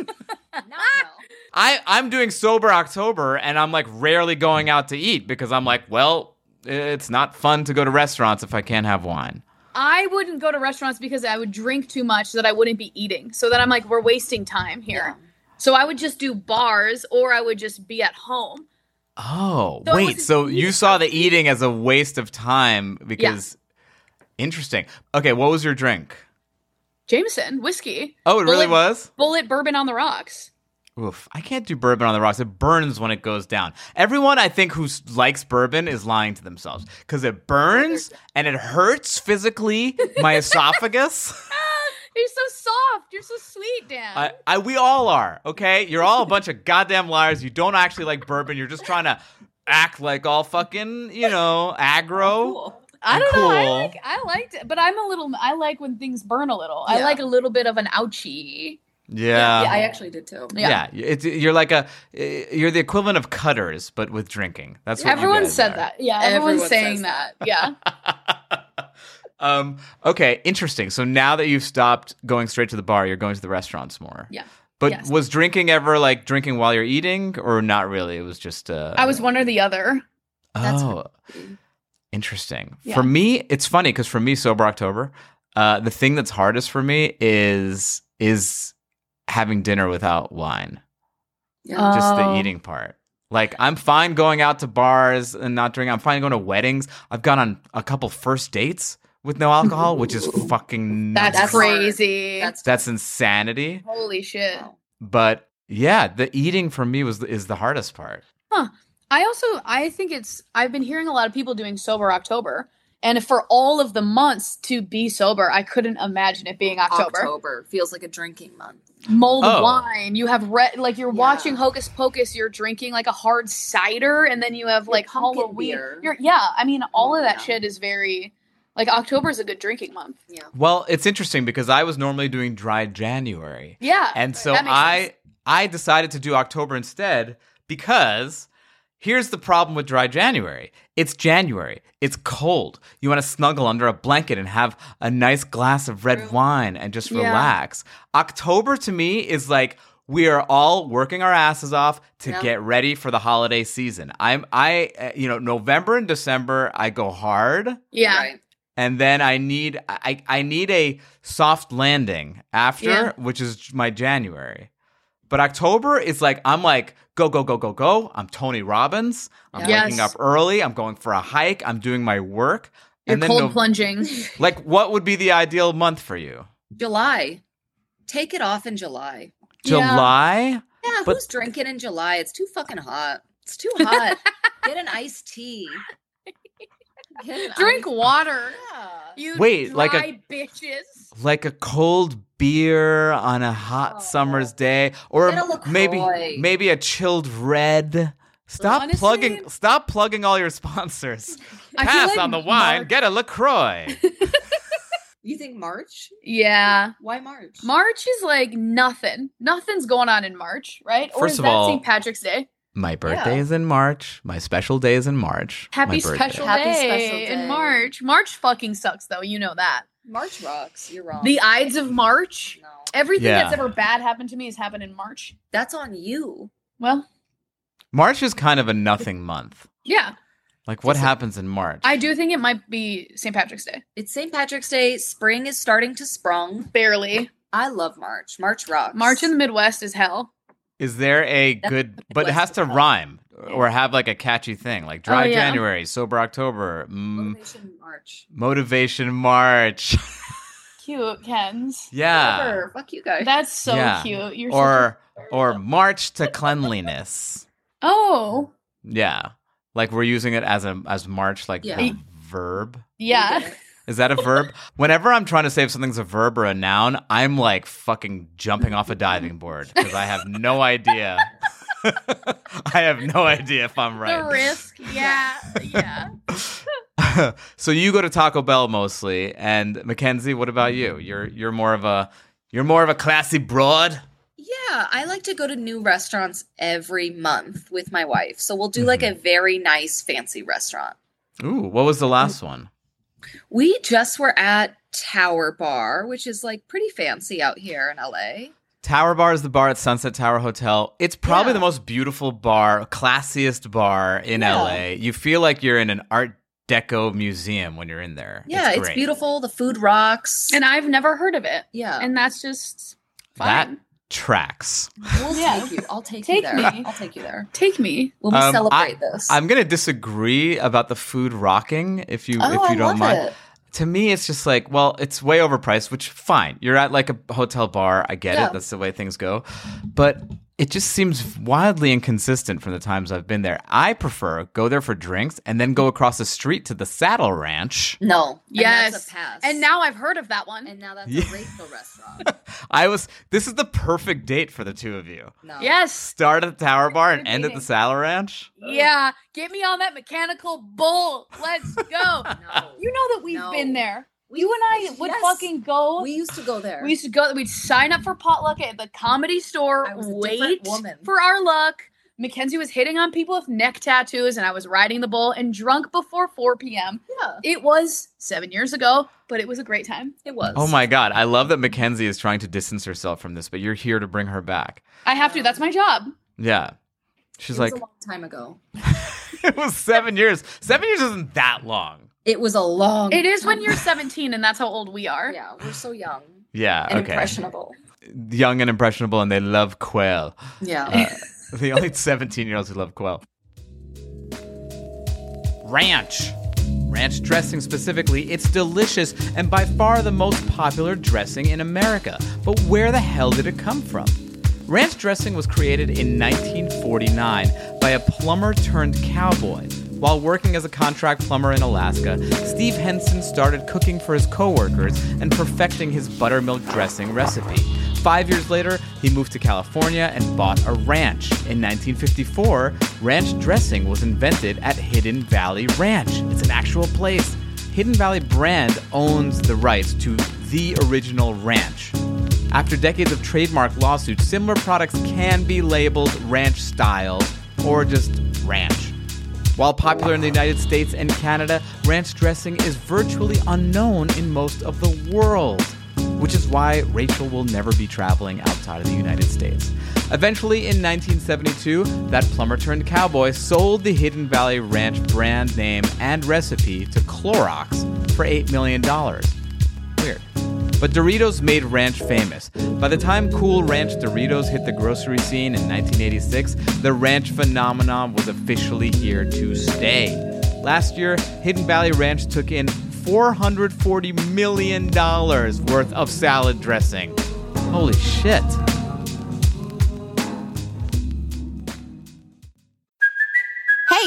Speaker 3: no.
Speaker 2: I, I'm doing sober October and I'm like rarely going out to eat because I'm like, well, it's not fun to go to restaurants if I can't have wine.
Speaker 4: I wouldn't go to restaurants because I would drink too much that I wouldn't be eating. So then I'm like, we're wasting time here. So I would just do bars or I would just be at home.
Speaker 2: Oh,
Speaker 4: So I
Speaker 2: wait.
Speaker 4: wasn't
Speaker 2: So you saw the eating as a waste of time because. Interesting. Okay, what was your drink?
Speaker 4: Jameson, whiskey.
Speaker 2: Oh, it really
Speaker 4: Bullet-
Speaker 2: was?
Speaker 4: Bullet bourbon on the rocks.
Speaker 2: Oof, I can't do bourbon on the rocks. It burns when it goes down. Everyone I think who s- likes bourbon is lying to themselves because it burns and it hurts physically my esophagus.
Speaker 4: You're so soft. You're so sweet, Dan.
Speaker 2: I, I, we all are, okay? You're all a bunch of goddamn liars. You don't actually like bourbon. You're just trying to act like all fucking, you know, aggro.
Speaker 4: I don't know. I
Speaker 2: cool.
Speaker 4: like I liked it, but I'm a little I like when things burn a little. I
Speaker 3: Yeah.
Speaker 4: like a little bit of an ouchie.
Speaker 2: Yeah.
Speaker 3: yeah, I actually did too.
Speaker 2: Yeah, it's, you're like a, you're the equivalent of cutters, but with drinking. That's what you
Speaker 4: Everyone
Speaker 2: guys
Speaker 4: said
Speaker 2: are.
Speaker 4: that. Yeah, everyone's
Speaker 3: Everyone
Speaker 4: saying
Speaker 3: says
Speaker 4: that.
Speaker 3: that.
Speaker 4: Yeah.
Speaker 2: um, okay, interesting. So now that you've stopped going straight to the bar, you're going to the restaurants more.
Speaker 4: Yeah.
Speaker 2: But
Speaker 4: Yes.
Speaker 2: was drinking ever like drinking while you're eating, or not really? It was just. Uh,
Speaker 4: I was one or the other.
Speaker 3: That's
Speaker 2: Oh, Interesting.
Speaker 4: Yeah.
Speaker 2: For me, it's funny because for me, sober October, uh, the thing that's hardest for me is is having dinner without wine.
Speaker 3: Yeah.
Speaker 2: Just the
Speaker 4: Oh.
Speaker 2: eating part. Like I'm fine going out to bars and not drinking. I'm fine going to weddings. I've gone on a couple first dates with no alcohol, which is fucking nuts.
Speaker 3: That's
Speaker 4: That's,
Speaker 3: hard.
Speaker 4: crazy.
Speaker 3: That's
Speaker 2: That's insanity.
Speaker 4: Holy shit.
Speaker 2: But yeah, the eating for me was is the hardest part.
Speaker 4: I also I think it's I've been hearing a lot of people doing sober October, and for all of the months to be sober, I couldn't imagine it being October.
Speaker 3: October. feels like a drinking month.
Speaker 4: Mulled
Speaker 2: Oh.
Speaker 4: wine, you have red like you're
Speaker 3: Yeah.
Speaker 4: watching Hocus Pocus, you're drinking like a hard cider, and then you have like
Speaker 3: pumpkin
Speaker 4: Halloween.
Speaker 3: beer.
Speaker 4: You're, yeah, I mean all of that
Speaker 3: Yeah.
Speaker 4: shit is very like October is a good drinking month.
Speaker 3: Yeah.
Speaker 2: Well, it's interesting because I was normally doing dry January.
Speaker 4: Yeah,
Speaker 2: And so
Speaker 4: that makes
Speaker 2: I
Speaker 4: sense.
Speaker 2: I decided to do October instead because here's the problem with dry January. It's January. It's cold. You want to snuggle under a blanket and have a nice glass of red wine and just
Speaker 4: Yeah.
Speaker 2: relax. October to me is like we are all working our asses off to
Speaker 3: Yeah.
Speaker 2: get ready for the holiday season. I'm I uh, you know November and December I go hard
Speaker 4: yeah.
Speaker 3: Right.
Speaker 2: and then I need I I need a soft landing after,
Speaker 4: Yeah.
Speaker 2: which is my January. But October is like I'm like go go go go go. I'm Tony Robbins. I'm
Speaker 4: Yes.
Speaker 2: waking up early. I'm going for a hike. I'm doing my work.
Speaker 4: You're
Speaker 2: and then
Speaker 4: cold
Speaker 2: Nov-
Speaker 4: plunging.
Speaker 2: like what would be the ideal month for you?
Speaker 3: July. Take it off in July.
Speaker 4: Yeah.
Speaker 2: July?
Speaker 3: Yeah,
Speaker 2: But-
Speaker 3: who's drinking in July? It's too fucking hot. It's too hot. Get an iced tea. Get an
Speaker 4: Drink
Speaker 3: iced-
Speaker 4: water.
Speaker 3: Yeah.
Speaker 4: You
Speaker 2: Wait, like a-
Speaker 4: dry bitches.
Speaker 2: Like a cold beer on a
Speaker 4: Oh.
Speaker 2: hot summer's day or
Speaker 3: Get a
Speaker 2: maybe
Speaker 3: LaCroix.
Speaker 2: maybe a chilled red. Stop
Speaker 4: Honestly-
Speaker 2: plugging stop plugging all your sponsors.
Speaker 4: I feel
Speaker 2: Pass
Speaker 4: like
Speaker 2: on the wine.
Speaker 4: March-
Speaker 2: Get a Lacroix.
Speaker 3: You think March?
Speaker 4: yeah.
Speaker 3: Why March?
Speaker 4: March is like nothing. Nothing's going on in March, right? or
Speaker 2: First
Speaker 4: is
Speaker 2: of
Speaker 4: that
Speaker 2: all-
Speaker 4: St. Patrick's Day?
Speaker 2: My birthday is in March. My special day is in March. My
Speaker 4: Happy
Speaker 2: birthday.
Speaker 4: special
Speaker 3: Happy
Speaker 4: day
Speaker 3: special day.
Speaker 4: in March. March fucking sucks though. You know that.
Speaker 3: March rocks. You're wrong.
Speaker 4: The Ides of March.
Speaker 3: no,
Speaker 4: Everything
Speaker 2: Yeah.
Speaker 4: that's ever bad happened to me has happened in March.
Speaker 3: that's on you.
Speaker 4: Well,
Speaker 2: March is kind of a nothing month.
Speaker 4: yeah,
Speaker 2: Like what happens in March?
Speaker 4: I do think it might be St. Patrick's Day.
Speaker 3: It's St. Patrick's Day. Spring is starting to sprung.
Speaker 4: Barely.
Speaker 3: I love March. March rocks.
Speaker 4: March in the Midwest is hell.
Speaker 2: Is there a good but it has to rhyme or have like a catchy thing like dry
Speaker 4: Oh, yeah.
Speaker 2: January, sober October, mm,
Speaker 3: Motivation March.
Speaker 2: motivation March.
Speaker 4: Cute, Kens.
Speaker 2: yeah.
Speaker 3: Whatever. Fuck you guys.
Speaker 4: That's so
Speaker 2: Yeah.
Speaker 4: cute. You're such a-
Speaker 2: Or or March to cleanliness.
Speaker 4: oh
Speaker 2: Yeah. Like we're using it as a as March like
Speaker 3: Yeah.
Speaker 2: the verb.
Speaker 4: yeah.
Speaker 2: Is that a verb? Whenever I'm trying to say if something's a verb or a noun, I'm like fucking jumping off a diving board because I have no idea. I have no idea if I'm right.
Speaker 4: The risk. Yeah, yeah.
Speaker 2: so you go to Taco Bell mostly, and Mackenzie, what about you? You're you're more of a you're more of a classy broad.
Speaker 3: Yeah, I like to go to new restaurants every month with my wife. So we'll do like
Speaker 2: Mm-hmm.
Speaker 3: a very nice, fancy restaurant.
Speaker 2: Ooh, what was the last one?
Speaker 3: We just were at Tower Bar, which is like pretty fancy out here in LA.
Speaker 2: Tower Bar is the bar at Sunset Tower Hotel. It's probably
Speaker 3: Yeah.
Speaker 2: the most beautiful bar, classiest bar in
Speaker 3: Yeah.
Speaker 2: LA. You feel like you're in an Art Deco museum when you're in there.
Speaker 3: Yeah, it's,
Speaker 2: great.
Speaker 3: beautiful. The food rocks.
Speaker 4: And I've never heard of it.
Speaker 3: yeah,
Speaker 4: And that's just fine.
Speaker 2: That tracks.
Speaker 3: we'll
Speaker 4: Yeah.
Speaker 3: take you. I'll take, you
Speaker 4: Take
Speaker 3: there.
Speaker 4: me.
Speaker 3: I'll take you there.
Speaker 4: Take me.
Speaker 3: When we
Speaker 2: Um,
Speaker 3: celebrate
Speaker 2: I-
Speaker 3: this.
Speaker 2: I'm gonna disagree about the food rocking if you
Speaker 3: oh,
Speaker 2: if you
Speaker 3: I
Speaker 2: don't
Speaker 3: love
Speaker 2: mind.
Speaker 3: it.
Speaker 2: To me, it's just like, well, it's way overpriced, which fine. You're at like a hotel bar. I get
Speaker 3: Yeah.
Speaker 2: it. That's the way things go. But it just seems wildly inconsistent from the times I've been there. I prefer go there for drinks and then go across the street to the Saddle Ranch.
Speaker 3: No.
Speaker 4: Yes.
Speaker 3: And that's a pass.
Speaker 4: And now I've heard of that one.
Speaker 3: and now that's
Speaker 2: Yeah.
Speaker 3: a racial restaurant.
Speaker 2: I was, this is the perfect date for the two of you.
Speaker 3: No.
Speaker 4: yes.
Speaker 2: Start at the Tower Bar and end at the
Speaker 4: dating.
Speaker 2: Saddle Ranch.
Speaker 3: Oh.
Speaker 4: Yeah. Get me on that mechanical bull. Let's go.
Speaker 3: No.
Speaker 4: you know that we've
Speaker 3: No.
Speaker 4: been there.
Speaker 3: We-
Speaker 4: you and I would
Speaker 3: Yes.
Speaker 4: fucking go.
Speaker 3: We
Speaker 4: We,
Speaker 3: used to go there.
Speaker 4: used to go. We'd sign up for potluck at the comedy store.
Speaker 3: I was a
Speaker 4: Wait
Speaker 3: different woman.
Speaker 4: for our luck. Mackenzie was hitting on people with neck tattoos, and I was riding the bull and drunk before 4 p.m.
Speaker 3: yeah,
Speaker 4: It was seven years ago, but it was a great time.
Speaker 3: it was.
Speaker 2: Oh my God. I love that Mackenzie is trying to distance herself from this, but you're here to bring her back.
Speaker 4: I have to. That's my job.
Speaker 2: Yeah. She's
Speaker 3: It was
Speaker 2: like,
Speaker 3: a long time ago.
Speaker 2: it was seven years. Seven years isn't that long.
Speaker 3: It was a long.
Speaker 4: It is when you're 17, and that's how old we are.
Speaker 3: Yeah, we're so young
Speaker 2: Yeah.
Speaker 3: and
Speaker 2: okay.
Speaker 3: impressionable.
Speaker 2: Young and impressionable, and they love quail.
Speaker 3: Yeah.
Speaker 2: Uh, the only 17 year olds who love quail. Ranch. Ranch dressing specifically, it's delicious and by far the most popular dressing in America. But where the hell did it come from? Ranch dressing was created in 1949 by a plumber turned cowboy. While working as a contract plumber in Alaska, Steve Henson started cooking for his coworkers and perfecting his buttermilk dressing recipe. Five years later, he moved to California and bought a ranch. In 1954, ranch dressing was invented at Hidden Valley Ranch. It's an actual place. Hidden Valley Brand owns the rights to the original ranch. After decades of trademark lawsuits, similar products can be labeled ranch style or just ranch. While popular in the United States and Canada, ranch dressing is virtually unknown in most of the world, which is why Rachel will never be traveling outside of the United States. Eventually, in 1972, that plumber turned cowboy sold the Hidden Valley Ranch brand name and recipe to Clorox for $8 million. Weird. But Doritos made ranch famous. By the time Cool Ranch Doritos hit the grocery scene in 1986, the ranch phenomenon was officially here to stay. Last year, Hidden Valley Ranch took in $440 million worth of salad dressing. Holy shit.
Speaker 5: Hey,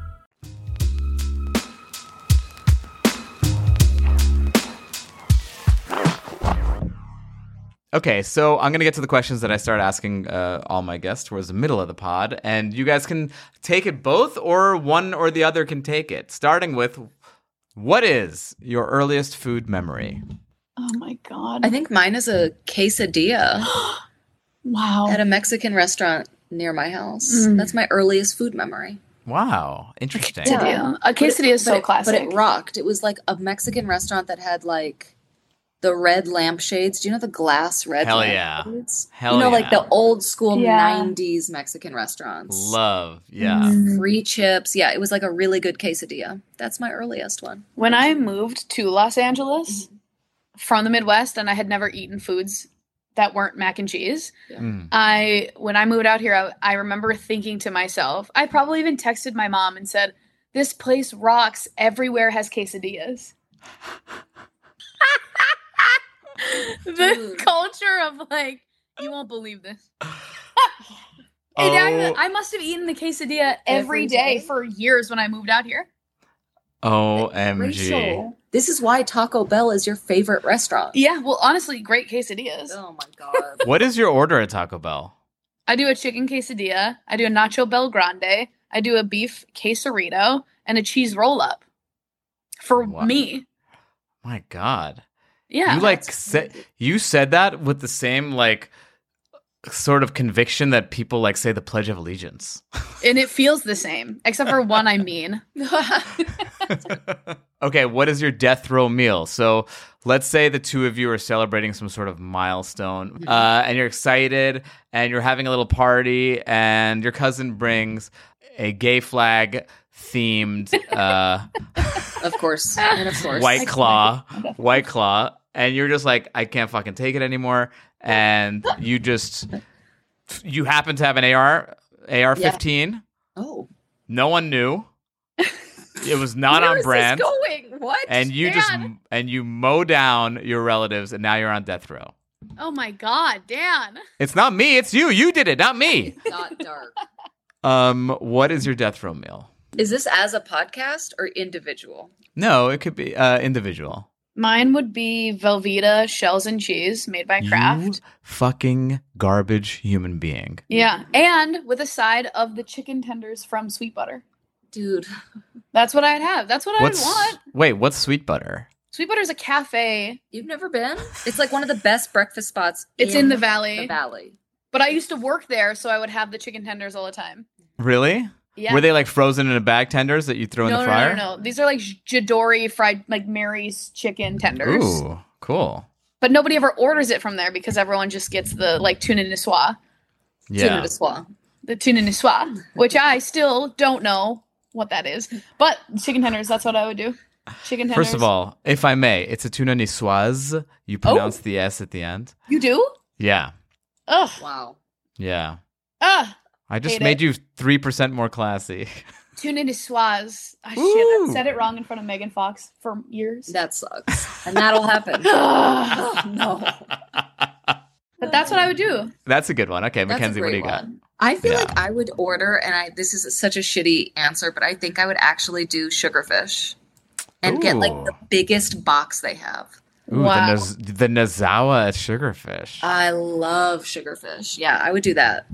Speaker 2: Okay, so I'm gonna get to the questions that I started asking uh, all my guests towards the middle of the pod, and you guys can take it both, or one or the other can take it. Starting with, what is your earliest food memory?
Speaker 4: Oh my god!
Speaker 3: I think mine is a quesadilla
Speaker 4: wow.
Speaker 3: at a Mexican restaurant near my house.
Speaker 4: Mm.
Speaker 3: That's my earliest food memory.
Speaker 2: Wow, interesting.
Speaker 3: Yeah.
Speaker 4: Quesadilla. A quesadilla is
Speaker 3: But
Speaker 4: so
Speaker 3: it-
Speaker 4: classic.
Speaker 3: But it rocked. It was like a Mexican restaurant that had like the red lampshades. Do you know the glass red
Speaker 2: Hell yeah.
Speaker 3: lampshades?
Speaker 2: Hell
Speaker 3: you know, like
Speaker 2: yeah.
Speaker 3: the old school
Speaker 4: Yeah.
Speaker 3: 90s Mexican restaurants.
Speaker 2: Love, yeah.
Speaker 3: Free chips. Yeah, it was like a really good quesadilla. That's my earliest one.
Speaker 4: When I moved to Los Angeles from the Midwest and I had never eaten foods that weren't mac and cheese,
Speaker 2: Mm.
Speaker 4: I when I moved out here, I, I remember thinking to myself, I probably even texted my mom and said, "This place rocks. Everywhere has quesadillas." the
Speaker 3: Dude.
Speaker 4: culture of like you won't believe this. And
Speaker 2: Oh,
Speaker 4: I, I must have eaten the quesadilla
Speaker 3: Every
Speaker 4: every day,
Speaker 3: day?
Speaker 4: for years when I moved out here.
Speaker 2: OMG.
Speaker 3: This is why Taco Bell is your favorite restaurant.
Speaker 4: Yeah, well, honestly, great quesadillas.
Speaker 3: Oh my god.
Speaker 2: What is your order at Taco Bell?
Speaker 4: I do a chicken quesadilla. I do a nacho bel grande. I do a beef quesarito and a cheese roll up for
Speaker 2: Wow.
Speaker 4: me.
Speaker 2: My God.
Speaker 4: Yeah.
Speaker 2: you like said you said that with the same like sort of conviction that people like say the Pledge of Allegiance.
Speaker 4: and it feels the same, except for one I mean.
Speaker 2: okay, what is your death row meal? So let's say the two of you are celebrating some sort of
Speaker 3: Mm-hmm.
Speaker 2: milestone uh, and you're excited and you're having a little party and your cousin brings a gay flag themed uh,
Speaker 3: of course. And of course.
Speaker 2: white claw, white claw, and you're just like, I can't fucking take it anymore. And you just, you happen to have an AR, AR 15.
Speaker 3: Oh.
Speaker 2: No one knew. It was not
Speaker 3: Where
Speaker 2: on
Speaker 3: is this
Speaker 2: brand.
Speaker 3: going? What?
Speaker 2: and you just
Speaker 4: Dan?
Speaker 2: and you mow down your relatives and now you're on death row
Speaker 4: Oh my God, Dan.
Speaker 2: it's not me it's you you did it not me
Speaker 3: got dark.
Speaker 2: um what is your death row meal
Speaker 3: Is this as a podcast or individual?
Speaker 2: no it could be uh individual
Speaker 4: Mine would be Velveeta shells and cheese made by
Speaker 2: you
Speaker 4: Kraft.
Speaker 2: fucking garbage human being
Speaker 4: Yeah. And with a side of the chicken tenders from Sweet Butter.
Speaker 3: Dude,
Speaker 4: That's what I'd have. That's what
Speaker 2: What's
Speaker 4: I'd want.
Speaker 2: wait? What's sweet butter?
Speaker 4: Sweet Butter's a cafe.
Speaker 3: You've never been? It's like one of the best breakfast spots.
Speaker 4: It's in the valley.
Speaker 3: The valley.
Speaker 4: But I used to work there, so I would have the chicken tenders all the time.
Speaker 2: Really?
Speaker 4: Yeah.
Speaker 2: Were they like frozen in a bag tenders that you throw
Speaker 4: no,
Speaker 2: in
Speaker 4: no,
Speaker 2: the
Speaker 4: no,
Speaker 2: fryer?
Speaker 4: no, no, These are like Jidori fried, like Mary's chicken tenders.
Speaker 2: Ooh, cool.
Speaker 4: But nobody ever orders it from there because everyone just gets the like tuna niswa,
Speaker 2: Yeah.
Speaker 3: Tuna Niswa.
Speaker 4: the tuna niswa, which I still don't know what that is. But chicken tenders, that's what I would do. Chicken tenders. Oh.
Speaker 2: First of all, if I may, it's a tuna niçoise. You pronounce the s at the end.
Speaker 4: you do?
Speaker 2: Yeah.
Speaker 4: Ugh.
Speaker 3: Wow.
Speaker 2: Yeah.
Speaker 4: Ugh.
Speaker 2: I just
Speaker 4: Hate
Speaker 2: made
Speaker 4: it.
Speaker 2: you three percent more classy.
Speaker 4: Tuna niswas. Ah, shit, I
Speaker 2: Ooh.
Speaker 4: said it wrong in front of Megan Fox for years.
Speaker 3: That sucks. And that'll happen.
Speaker 4: Ugh.
Speaker 3: Oh, no.
Speaker 4: but that's what I would do.
Speaker 2: That's a good one. Okay,
Speaker 3: That's a
Speaker 2: Mackenzie, what do you
Speaker 3: great
Speaker 2: got?
Speaker 3: one. I feel
Speaker 2: Yeah.
Speaker 3: like I would order, and I this is such a shitty answer, but I think I would actually do sugarfish and get like
Speaker 2: Ooh.
Speaker 3: the biggest box they have.
Speaker 2: Ooh,
Speaker 4: Wow. Uh,
Speaker 2: the, Naz- the Nazawa sugarfish.
Speaker 3: I love sugarfish. Yeah, I would do that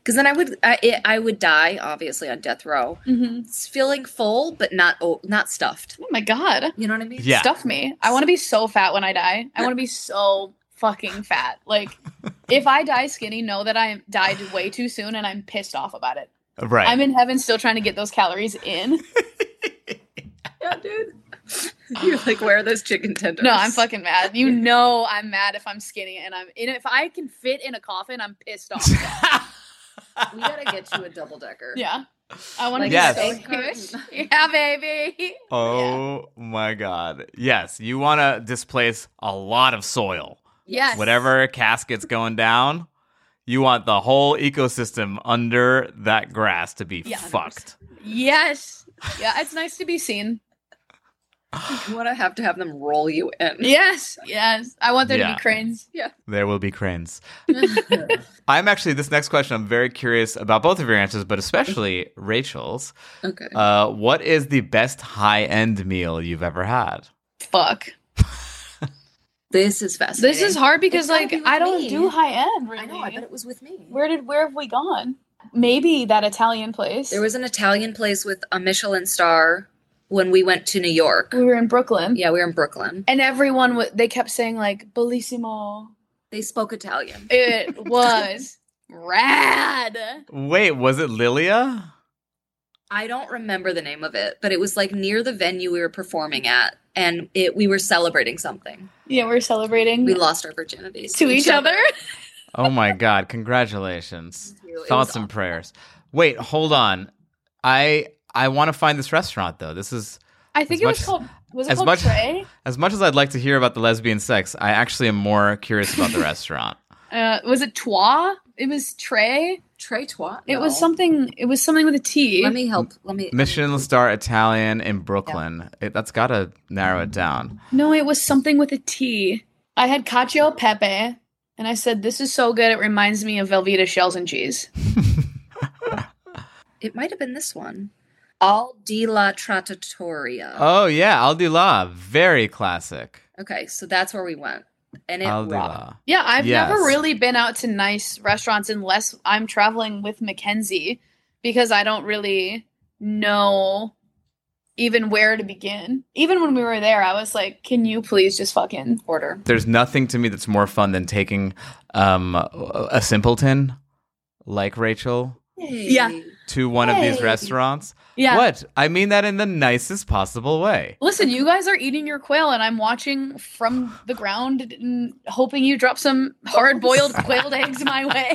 Speaker 3: because then I would I, it, I would die obviously on death row,
Speaker 4: hmm
Speaker 3: It's feeling full but not oh, not stuffed.
Speaker 4: Oh my god.
Speaker 3: You know what I mean?
Speaker 2: Yeah.
Speaker 4: Stuff me. I want to be so fat when I die. I want to be so fucking fat. Like, if I die skinny, know that I died way too soon and I'm pissed off about it.
Speaker 2: right.
Speaker 4: I'm in heaven still trying to get those calories in.
Speaker 3: yeah, dude. You're like, where are those chicken tenders?
Speaker 4: No, I'm fucking mad. You know I'm mad if I'm skinny and I'm and if I can fit in a coffin, I'm pissed off.
Speaker 3: We gotta get you a double decker.
Speaker 4: yeah. I want to
Speaker 3: Like
Speaker 2: Yes.
Speaker 4: be so
Speaker 3: Yes.
Speaker 4: huge. Yeah, baby.
Speaker 2: oh my god. Yes, you want to displace a lot of soil.
Speaker 4: Yes.
Speaker 2: Whatever casket's going down, you want the whole ecosystem under that grass to be
Speaker 4: Yeah.
Speaker 2: fucked.
Speaker 4: Yes. Yeah, it's nice to be seen.
Speaker 3: You want to have to have them roll you in.
Speaker 4: Yes. Yes. I want there to
Speaker 2: Yeah.
Speaker 4: be cranes.
Speaker 2: There will be cranes. I'm actually this next question. I'm very curious about both of your answers, but especially Rachel's.
Speaker 3: Okay.
Speaker 2: Uh, what is the best high-end meal you've ever had?
Speaker 4: Fuck.
Speaker 3: This is fascinating.
Speaker 4: This is hard
Speaker 3: It's
Speaker 4: because
Speaker 3: gotta
Speaker 4: like
Speaker 3: be with
Speaker 4: I don't
Speaker 3: me.
Speaker 4: do high end really.
Speaker 3: I know. I bet it was with me.
Speaker 4: Where did where have we gone? Maybe that Italian place.
Speaker 3: There was an Italian place with a Michelin star when we went to New York.
Speaker 4: we were in Brooklyn.
Speaker 3: Yeah, we were in Brooklyn.
Speaker 4: And everyone w- they kept saying like bellissimo.
Speaker 3: They spoke Italian.
Speaker 4: It was rad.
Speaker 2: Wait, was it Lilia?
Speaker 3: I don't remember the name of it, but it was like near the venue we were performing at, and it we were celebrating something.
Speaker 4: Yeah, we are celebrating
Speaker 3: We lost our virginities
Speaker 4: Mm. to each other.
Speaker 2: Oh my god, congratulations.
Speaker 3: Thank you. It was
Speaker 2: Thoughts and
Speaker 3: awful.
Speaker 2: prayers. Wait, hold on. I I want to find this restaurant though. This is
Speaker 4: I think
Speaker 2: As
Speaker 4: it was
Speaker 2: much-
Speaker 4: called was it
Speaker 2: as
Speaker 4: called
Speaker 2: much-
Speaker 4: Trey?
Speaker 2: as much as I'd like to hear about the lesbian sex, I actually am more curious about the restaurant.
Speaker 4: Uh, was it Trois? It was Trey.
Speaker 3: Trey Twat.
Speaker 4: It was something it was something with a T.
Speaker 3: Let me help. Let me.
Speaker 2: Michelin star Italian in Brooklyn. It, that's got to narrow it down.
Speaker 4: No, it was something with a T. I had cacio e pepe, and I said, "This is so good. It reminds me of Velveeta shells and cheese."
Speaker 3: It might have been this one. Al di la Trattatoria.
Speaker 2: Oh yeah, Al di là, very classic.
Speaker 3: Okay, so that's where we went, and it
Speaker 2: Al di
Speaker 3: rocked.
Speaker 2: là.
Speaker 4: Yeah, I've never
Speaker 2: Yes.
Speaker 4: really been out to nice restaurants unless I'm traveling with Mackenzie, because I don't really know even where to begin. Even when we were there, I was like, "Can you please just fucking order?"
Speaker 2: There's nothing to me that's more fun than taking um, a simpleton like Rachel
Speaker 4: Yeah.
Speaker 2: to one of these
Speaker 3: Hey.
Speaker 2: restaurants.
Speaker 4: Yeah.
Speaker 2: What? I mean that in the nicest possible way.
Speaker 4: Listen, you guys are eating your quail, and I'm watching from the ground and hoping you drop some hard boiled quailed eggs my way.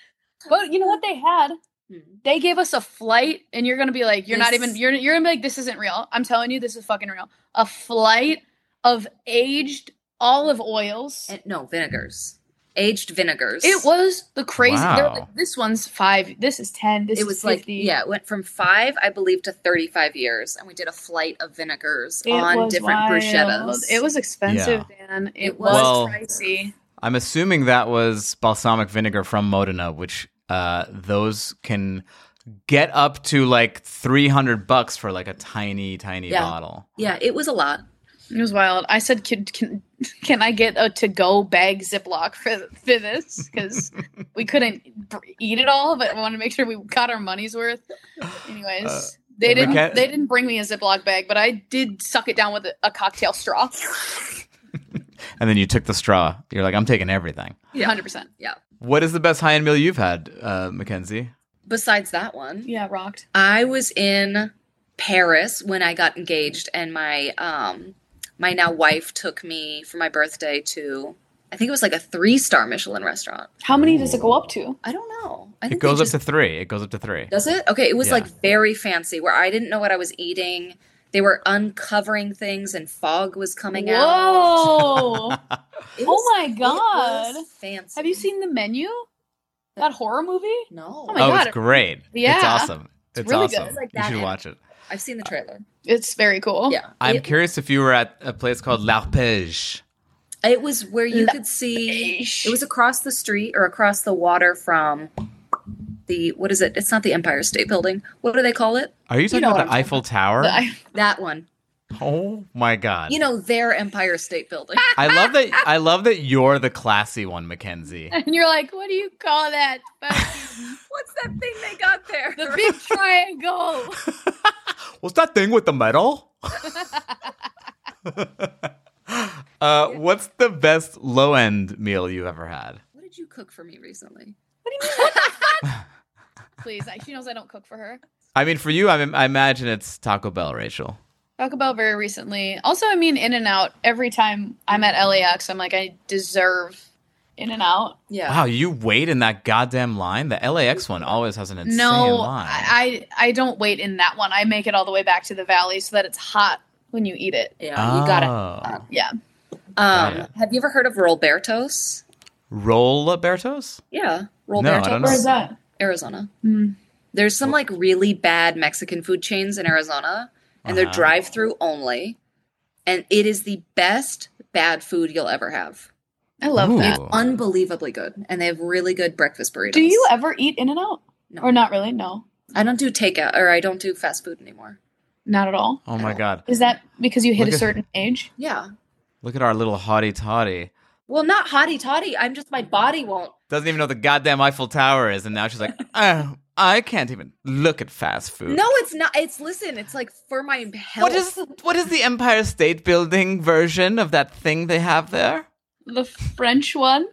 Speaker 4: but you know what they had?
Speaker 3: Hmm.
Speaker 4: They gave us a flight, and you're gonna be like, you're not
Speaker 3: This-
Speaker 4: even, you're, you're gonna be like, this isn't real. I'm telling you, this is fucking real. A flight of aged olive oils.
Speaker 3: And, no vinegars, aged vinegars.
Speaker 4: it was the crazy. They were
Speaker 2: Wow.
Speaker 4: like, this one's five. This is ten. This
Speaker 3: It was
Speaker 4: is
Speaker 3: like
Speaker 4: 50.
Speaker 3: yeah, it went from five, I believe, to thirty-five years, and we did a flight of vinegars
Speaker 4: It
Speaker 3: on
Speaker 4: was
Speaker 3: different
Speaker 4: wild.
Speaker 3: bruschettas.
Speaker 4: It was expensive, man. It,
Speaker 3: It
Speaker 4: was
Speaker 2: was.
Speaker 4: pricey.
Speaker 2: I'm assuming that was balsamic vinegar from Modena, which uh, those can get up to like 300 bucks for like a tiny, tiny
Speaker 3: Yeah.
Speaker 2: bottle.
Speaker 3: yeah, it was a lot.
Speaker 4: It was wild. I said, "Can can, can I get a to go bag Ziploc for, for this?" Because we couldn't br- eat it all, but we wanted to make sure we got our money's worth. Anyways, They didn't.
Speaker 2: Mackenzie-
Speaker 4: They didn't bring me a Ziploc bag, but I did suck it down with a, a cocktail straw.
Speaker 2: And then you took the straw. You're like, I'm taking everything.
Speaker 3: Yeah.
Speaker 4: Hundred percent.
Speaker 3: Yeah.
Speaker 2: What is the best high end meal you've had, uh, Mackenzie?
Speaker 3: Besides that one,
Speaker 4: Yeah, rocked.
Speaker 3: I was in Paris when I got engaged, and my um my now wife took me for my birthday to I think it was like a three star Michelin restaurant.
Speaker 4: How many does it go up to?
Speaker 3: I don't know. I
Speaker 2: It
Speaker 3: think
Speaker 2: goes
Speaker 3: they
Speaker 2: up to three. It goes up to three.
Speaker 3: Does it? Okay, it was
Speaker 2: Yeah.
Speaker 3: like very fancy where I didn't know what I was eating. They were uncovering things and fog was coming out.
Speaker 4: Whoa!
Speaker 3: It
Speaker 4: Oh
Speaker 3: was-
Speaker 4: my
Speaker 3: it
Speaker 4: God.
Speaker 3: was fancy.
Speaker 4: Have you seen the menu? That horror movie?
Speaker 3: No.
Speaker 4: Oh my
Speaker 2: oh,
Speaker 4: God.
Speaker 2: it's great.
Speaker 4: Yeah.
Speaker 2: It's awesome. It's,
Speaker 4: really good.
Speaker 2: awesome.
Speaker 4: It's
Speaker 3: like
Speaker 2: you
Speaker 3: that
Speaker 2: should
Speaker 3: and-
Speaker 2: watch it.
Speaker 3: I've seen the trailer.
Speaker 4: It's very cool.
Speaker 3: Yeah.
Speaker 2: I'm
Speaker 3: it,
Speaker 2: curious if you were at a place called L'Arpège.
Speaker 3: it was where you could see it was across the street or across the water from the what is it? It's not the Empire State Building. What do they call it?
Speaker 2: Are you talking
Speaker 4: know what
Speaker 2: about
Speaker 4: I'm
Speaker 2: the Eiffel Tower?
Speaker 4: I-
Speaker 3: That one.
Speaker 2: oh my god.
Speaker 3: You know, their Empire State Building.
Speaker 2: I love that I love that you're the classy one, Mackenzie.
Speaker 4: and you're like, what do you call that? Fucking-
Speaker 3: What's that thing they got there?
Speaker 4: the big triangle.
Speaker 2: What's that thing with the metal? uh, what's the best low end meal you ever had?
Speaker 3: What did you cook for me recently?
Speaker 4: Please, I- she knows I don't cook for her.
Speaker 2: I mean, for you, I, I imagine it's Taco Bell, Rachel.
Speaker 4: Taco Bell very recently. Also, I mean, In and Out. Every time I'm at LAX, I'm like, I deserve In and Out.
Speaker 3: Yeah.
Speaker 2: Wow, you wait in that goddamn line. The LAX one always has an insane
Speaker 4: No,
Speaker 2: line.
Speaker 4: I, I I don't wait in that one. I make it all the way back to the valley so that it's hot when you eat it.
Speaker 3: Yeah, you got it.
Speaker 2: Oh.
Speaker 4: Yeah.
Speaker 3: Um,
Speaker 2: Got
Speaker 3: Have you ever heard of Roberto's?
Speaker 2: Roll Albertos?
Speaker 3: Yeah,
Speaker 2: No, I
Speaker 3: Roberto's,
Speaker 2: don't know. Where is
Speaker 4: that?
Speaker 3: Arizona. There's some like really bad Mexican food chains in Arizona, and they're
Speaker 2: Uh-huh.
Speaker 3: drive-through only, and it is the best bad food you'll ever have.
Speaker 4: I love
Speaker 2: Ooh.
Speaker 4: that.
Speaker 3: Unbelievably good, and they have really good breakfast burritos.
Speaker 4: Do you ever eat In and Out?
Speaker 3: No.
Speaker 4: Or not really? No,
Speaker 3: I don't do takeout, or I don't do fast food anymore.
Speaker 4: not at all.
Speaker 2: Oh my god.
Speaker 4: Is that because you hit
Speaker 2: Look
Speaker 4: a
Speaker 2: at-
Speaker 4: certain age?
Speaker 3: Yeah.
Speaker 2: Look at our little hottie toddy.
Speaker 3: Well, not hotty toddy. I'm just my body won't.
Speaker 2: Doesn't even know what the goddamn Eiffel Tower is, and now she's like, oh, I can't even look at fast food.
Speaker 3: No, it's not. It's listen. It's like for my health.
Speaker 2: What is what is the Empire State Building version of that thing they have there?
Speaker 4: The French one?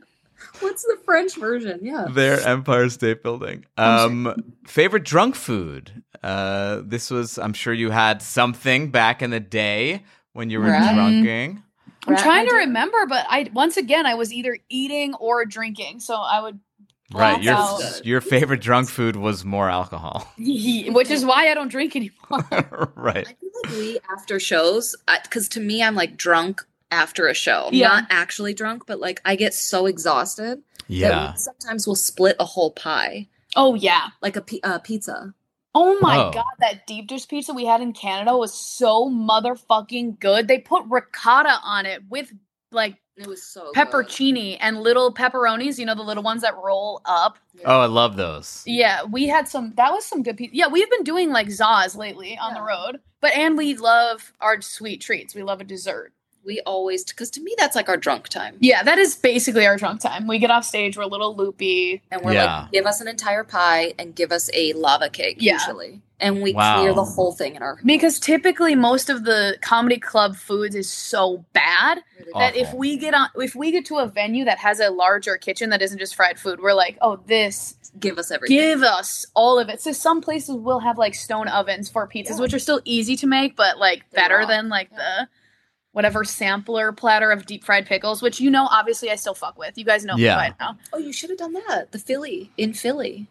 Speaker 3: What's the French version? Yeah.
Speaker 2: Their Empire State Building. Um, favorite drunk food. Uh, this was, I'm sure you had something back in the day when you were
Speaker 3: Right.
Speaker 2: drunking.
Speaker 4: I'm
Speaker 3: Rat
Speaker 4: trying to
Speaker 3: noodle?
Speaker 4: remember, but I once again I was either eating or drinking, so I would
Speaker 2: Right, your
Speaker 4: Blackout.
Speaker 2: your favorite drunk food was more alcohol.
Speaker 4: which is why I don't drink anymore.
Speaker 2: right.
Speaker 3: I feel like we after shows, because to me, I'm like drunk after a show. I'm
Speaker 4: Yeah.
Speaker 3: Not actually drunk, but like I get so exhausted that
Speaker 2: Yeah.
Speaker 3: we sometimes we'll split a whole pie,
Speaker 4: oh yeah.
Speaker 3: like a pi- uh, pizza.
Speaker 4: Oh my
Speaker 2: Oh.
Speaker 4: god, that deep dish pizza we had in Canada was so motherfucking good. They put ricotta on it with like
Speaker 3: It was so
Speaker 4: peppercini and little pepperonis, you know, the little ones that roll up.
Speaker 2: Oh, I love those.
Speaker 4: Yeah, we had some. That was some good pizza. Yeah, we've been doing like Zaws lately on the
Speaker 3: Yeah.
Speaker 4: road, but and we love our sweet treats. We love a dessert.
Speaker 3: We always, because to me, that's like our drunk time.
Speaker 4: Yeah, that is basically our drunk time. We get off stage, we're a little loopy.
Speaker 3: And we're
Speaker 2: Yeah.
Speaker 3: like, give us an entire pie and give us a lava cake
Speaker 4: Yeah.
Speaker 3: usually, and we
Speaker 2: Wow.
Speaker 3: clear the whole thing in our.
Speaker 4: Because typically most of the comedy club foods is so bad that if
Speaker 2: Awful.
Speaker 4: we get on if we get to a venue that has a larger kitchen that isn't just fried food, we're like, oh this
Speaker 3: Give us everything.
Speaker 4: give us all of it. So some places will have like stone ovens for pizzas,
Speaker 3: Yeah.
Speaker 4: which are still easy to make, but like
Speaker 3: They're
Speaker 4: better
Speaker 3: raw.
Speaker 4: than like
Speaker 3: Yeah.
Speaker 4: the whatever sampler platter of deep fried pickles, which you know obviously I still fuck with. You guys know
Speaker 2: Yeah.
Speaker 4: me by now.
Speaker 3: oh, you should have done that. The Philly in Philly.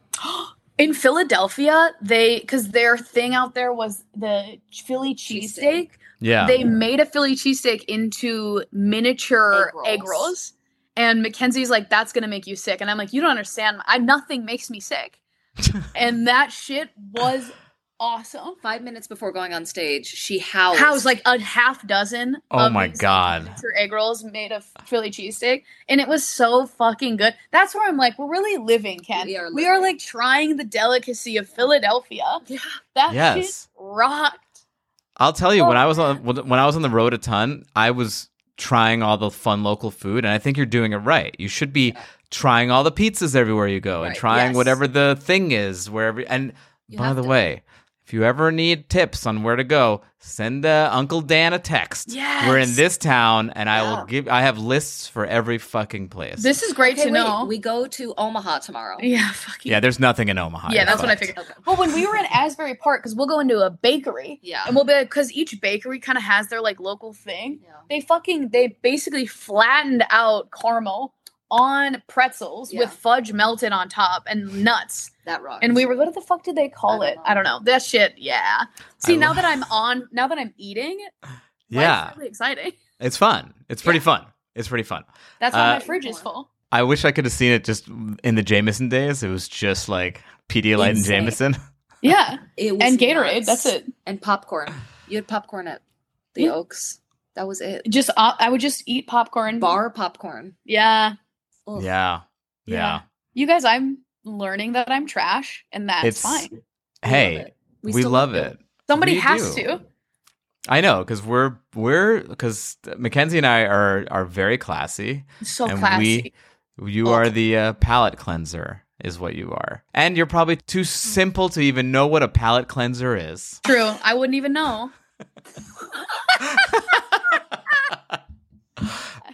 Speaker 4: In Philadelphia, they because their thing out there was the Philly
Speaker 3: Cheesesteak.
Speaker 4: cheesesteak.
Speaker 2: yeah.
Speaker 4: They made a Philly cheesesteak into miniature
Speaker 3: Egg rolls.
Speaker 4: egg rolls. And Mackenzie's like, that's gonna make you sick. And I'm like, you don't understand. I nothing makes me sick. and that shit was awesome.
Speaker 3: Five minutes before going on stage, she howls.
Speaker 4: House like a half dozen.
Speaker 2: Oh
Speaker 4: of
Speaker 2: my
Speaker 4: these
Speaker 2: God.
Speaker 4: Miniature egg rolls made of Philly cheesesteak, and it was so fucking good. That's where I'm like, we're really living, Ken.
Speaker 3: We are
Speaker 4: We are,
Speaker 3: living.
Speaker 4: like trying the delicacy of Philadelphia.
Speaker 3: Yeah.
Speaker 4: That shit
Speaker 2: Yes.
Speaker 4: rocked.
Speaker 2: I'll tell you when I was
Speaker 4: Oh,
Speaker 2: on when when I was on the road a ton, I was trying all the fun local food, and I think you're doing it right. You should be trying all the pizzas everywhere you go, and
Speaker 3: Right,
Speaker 2: trying
Speaker 3: yes.
Speaker 2: whatever the thing is wherever. And
Speaker 3: You
Speaker 2: by
Speaker 3: have
Speaker 2: the
Speaker 3: to.
Speaker 2: way, if If you ever need tips on where to go, send uh, Uncle Dan a text.
Speaker 4: Yes.
Speaker 2: We're in this town, and I will give. I have lists for every fucking place.
Speaker 4: This is great
Speaker 3: Okay,
Speaker 4: to
Speaker 3: wait,
Speaker 4: know.
Speaker 3: we go to Omaha tomorrow.
Speaker 4: yeah, fucking.
Speaker 2: yeah, there's nothing in Omaha.
Speaker 4: Yeah,
Speaker 2: You're
Speaker 4: that's what I
Speaker 2: fucked.
Speaker 4: figured. Well, when we were in Asbury Park, because we'll go into a bakery,
Speaker 3: Yeah.
Speaker 4: and we'll be because each bakery kind of has their like local thing.
Speaker 3: Yeah.
Speaker 4: They fucking they basically flattened out caramel on pretzels
Speaker 3: Yeah.
Speaker 4: with fudge melted on top and nuts.
Speaker 3: That rocks.
Speaker 4: And we were what the fuck did they call
Speaker 3: I
Speaker 4: it?
Speaker 3: don't
Speaker 4: I don't know. That shit, yeah. See,
Speaker 2: I
Speaker 4: now
Speaker 2: love-
Speaker 4: that I'm on, now that I'm eating, why
Speaker 2: Yeah,
Speaker 4: it's really exciting.
Speaker 2: it's fun. It's pretty fun. It's pretty fun.
Speaker 4: That's why
Speaker 2: Uh,
Speaker 4: my fridge is full.
Speaker 2: I wish I could have seen it just in the Jameson days. It was just like Pedialyte and
Speaker 3: Insane.
Speaker 2: Jameson.
Speaker 4: Yeah,
Speaker 3: It was
Speaker 4: and Gatorade.
Speaker 3: nuts.
Speaker 4: That's it. Mm-hmm.
Speaker 3: And popcorn. You had popcorn at the Oaks. That was it.
Speaker 4: Just uh, I would just eat popcorn.
Speaker 3: Bar popcorn.
Speaker 4: Yeah,
Speaker 3: Ugh.
Speaker 2: Yeah. Yeah.
Speaker 4: Yeah. you guys, I'm learning that I'm trash, and that's
Speaker 2: It's-
Speaker 4: fine.
Speaker 3: We love
Speaker 2: Hey,
Speaker 3: it.
Speaker 2: we,
Speaker 3: still
Speaker 2: love it.
Speaker 4: Somebody
Speaker 2: we
Speaker 4: has
Speaker 2: do.
Speaker 4: to.
Speaker 2: I know because we're we're because Mackenzie and I are are very classy,
Speaker 4: So
Speaker 2: and
Speaker 4: classy.
Speaker 2: we you are the uh, palate cleanser is what you are, and you're probably too simple to even know what a palate cleanser is.
Speaker 4: True. I wouldn't even know.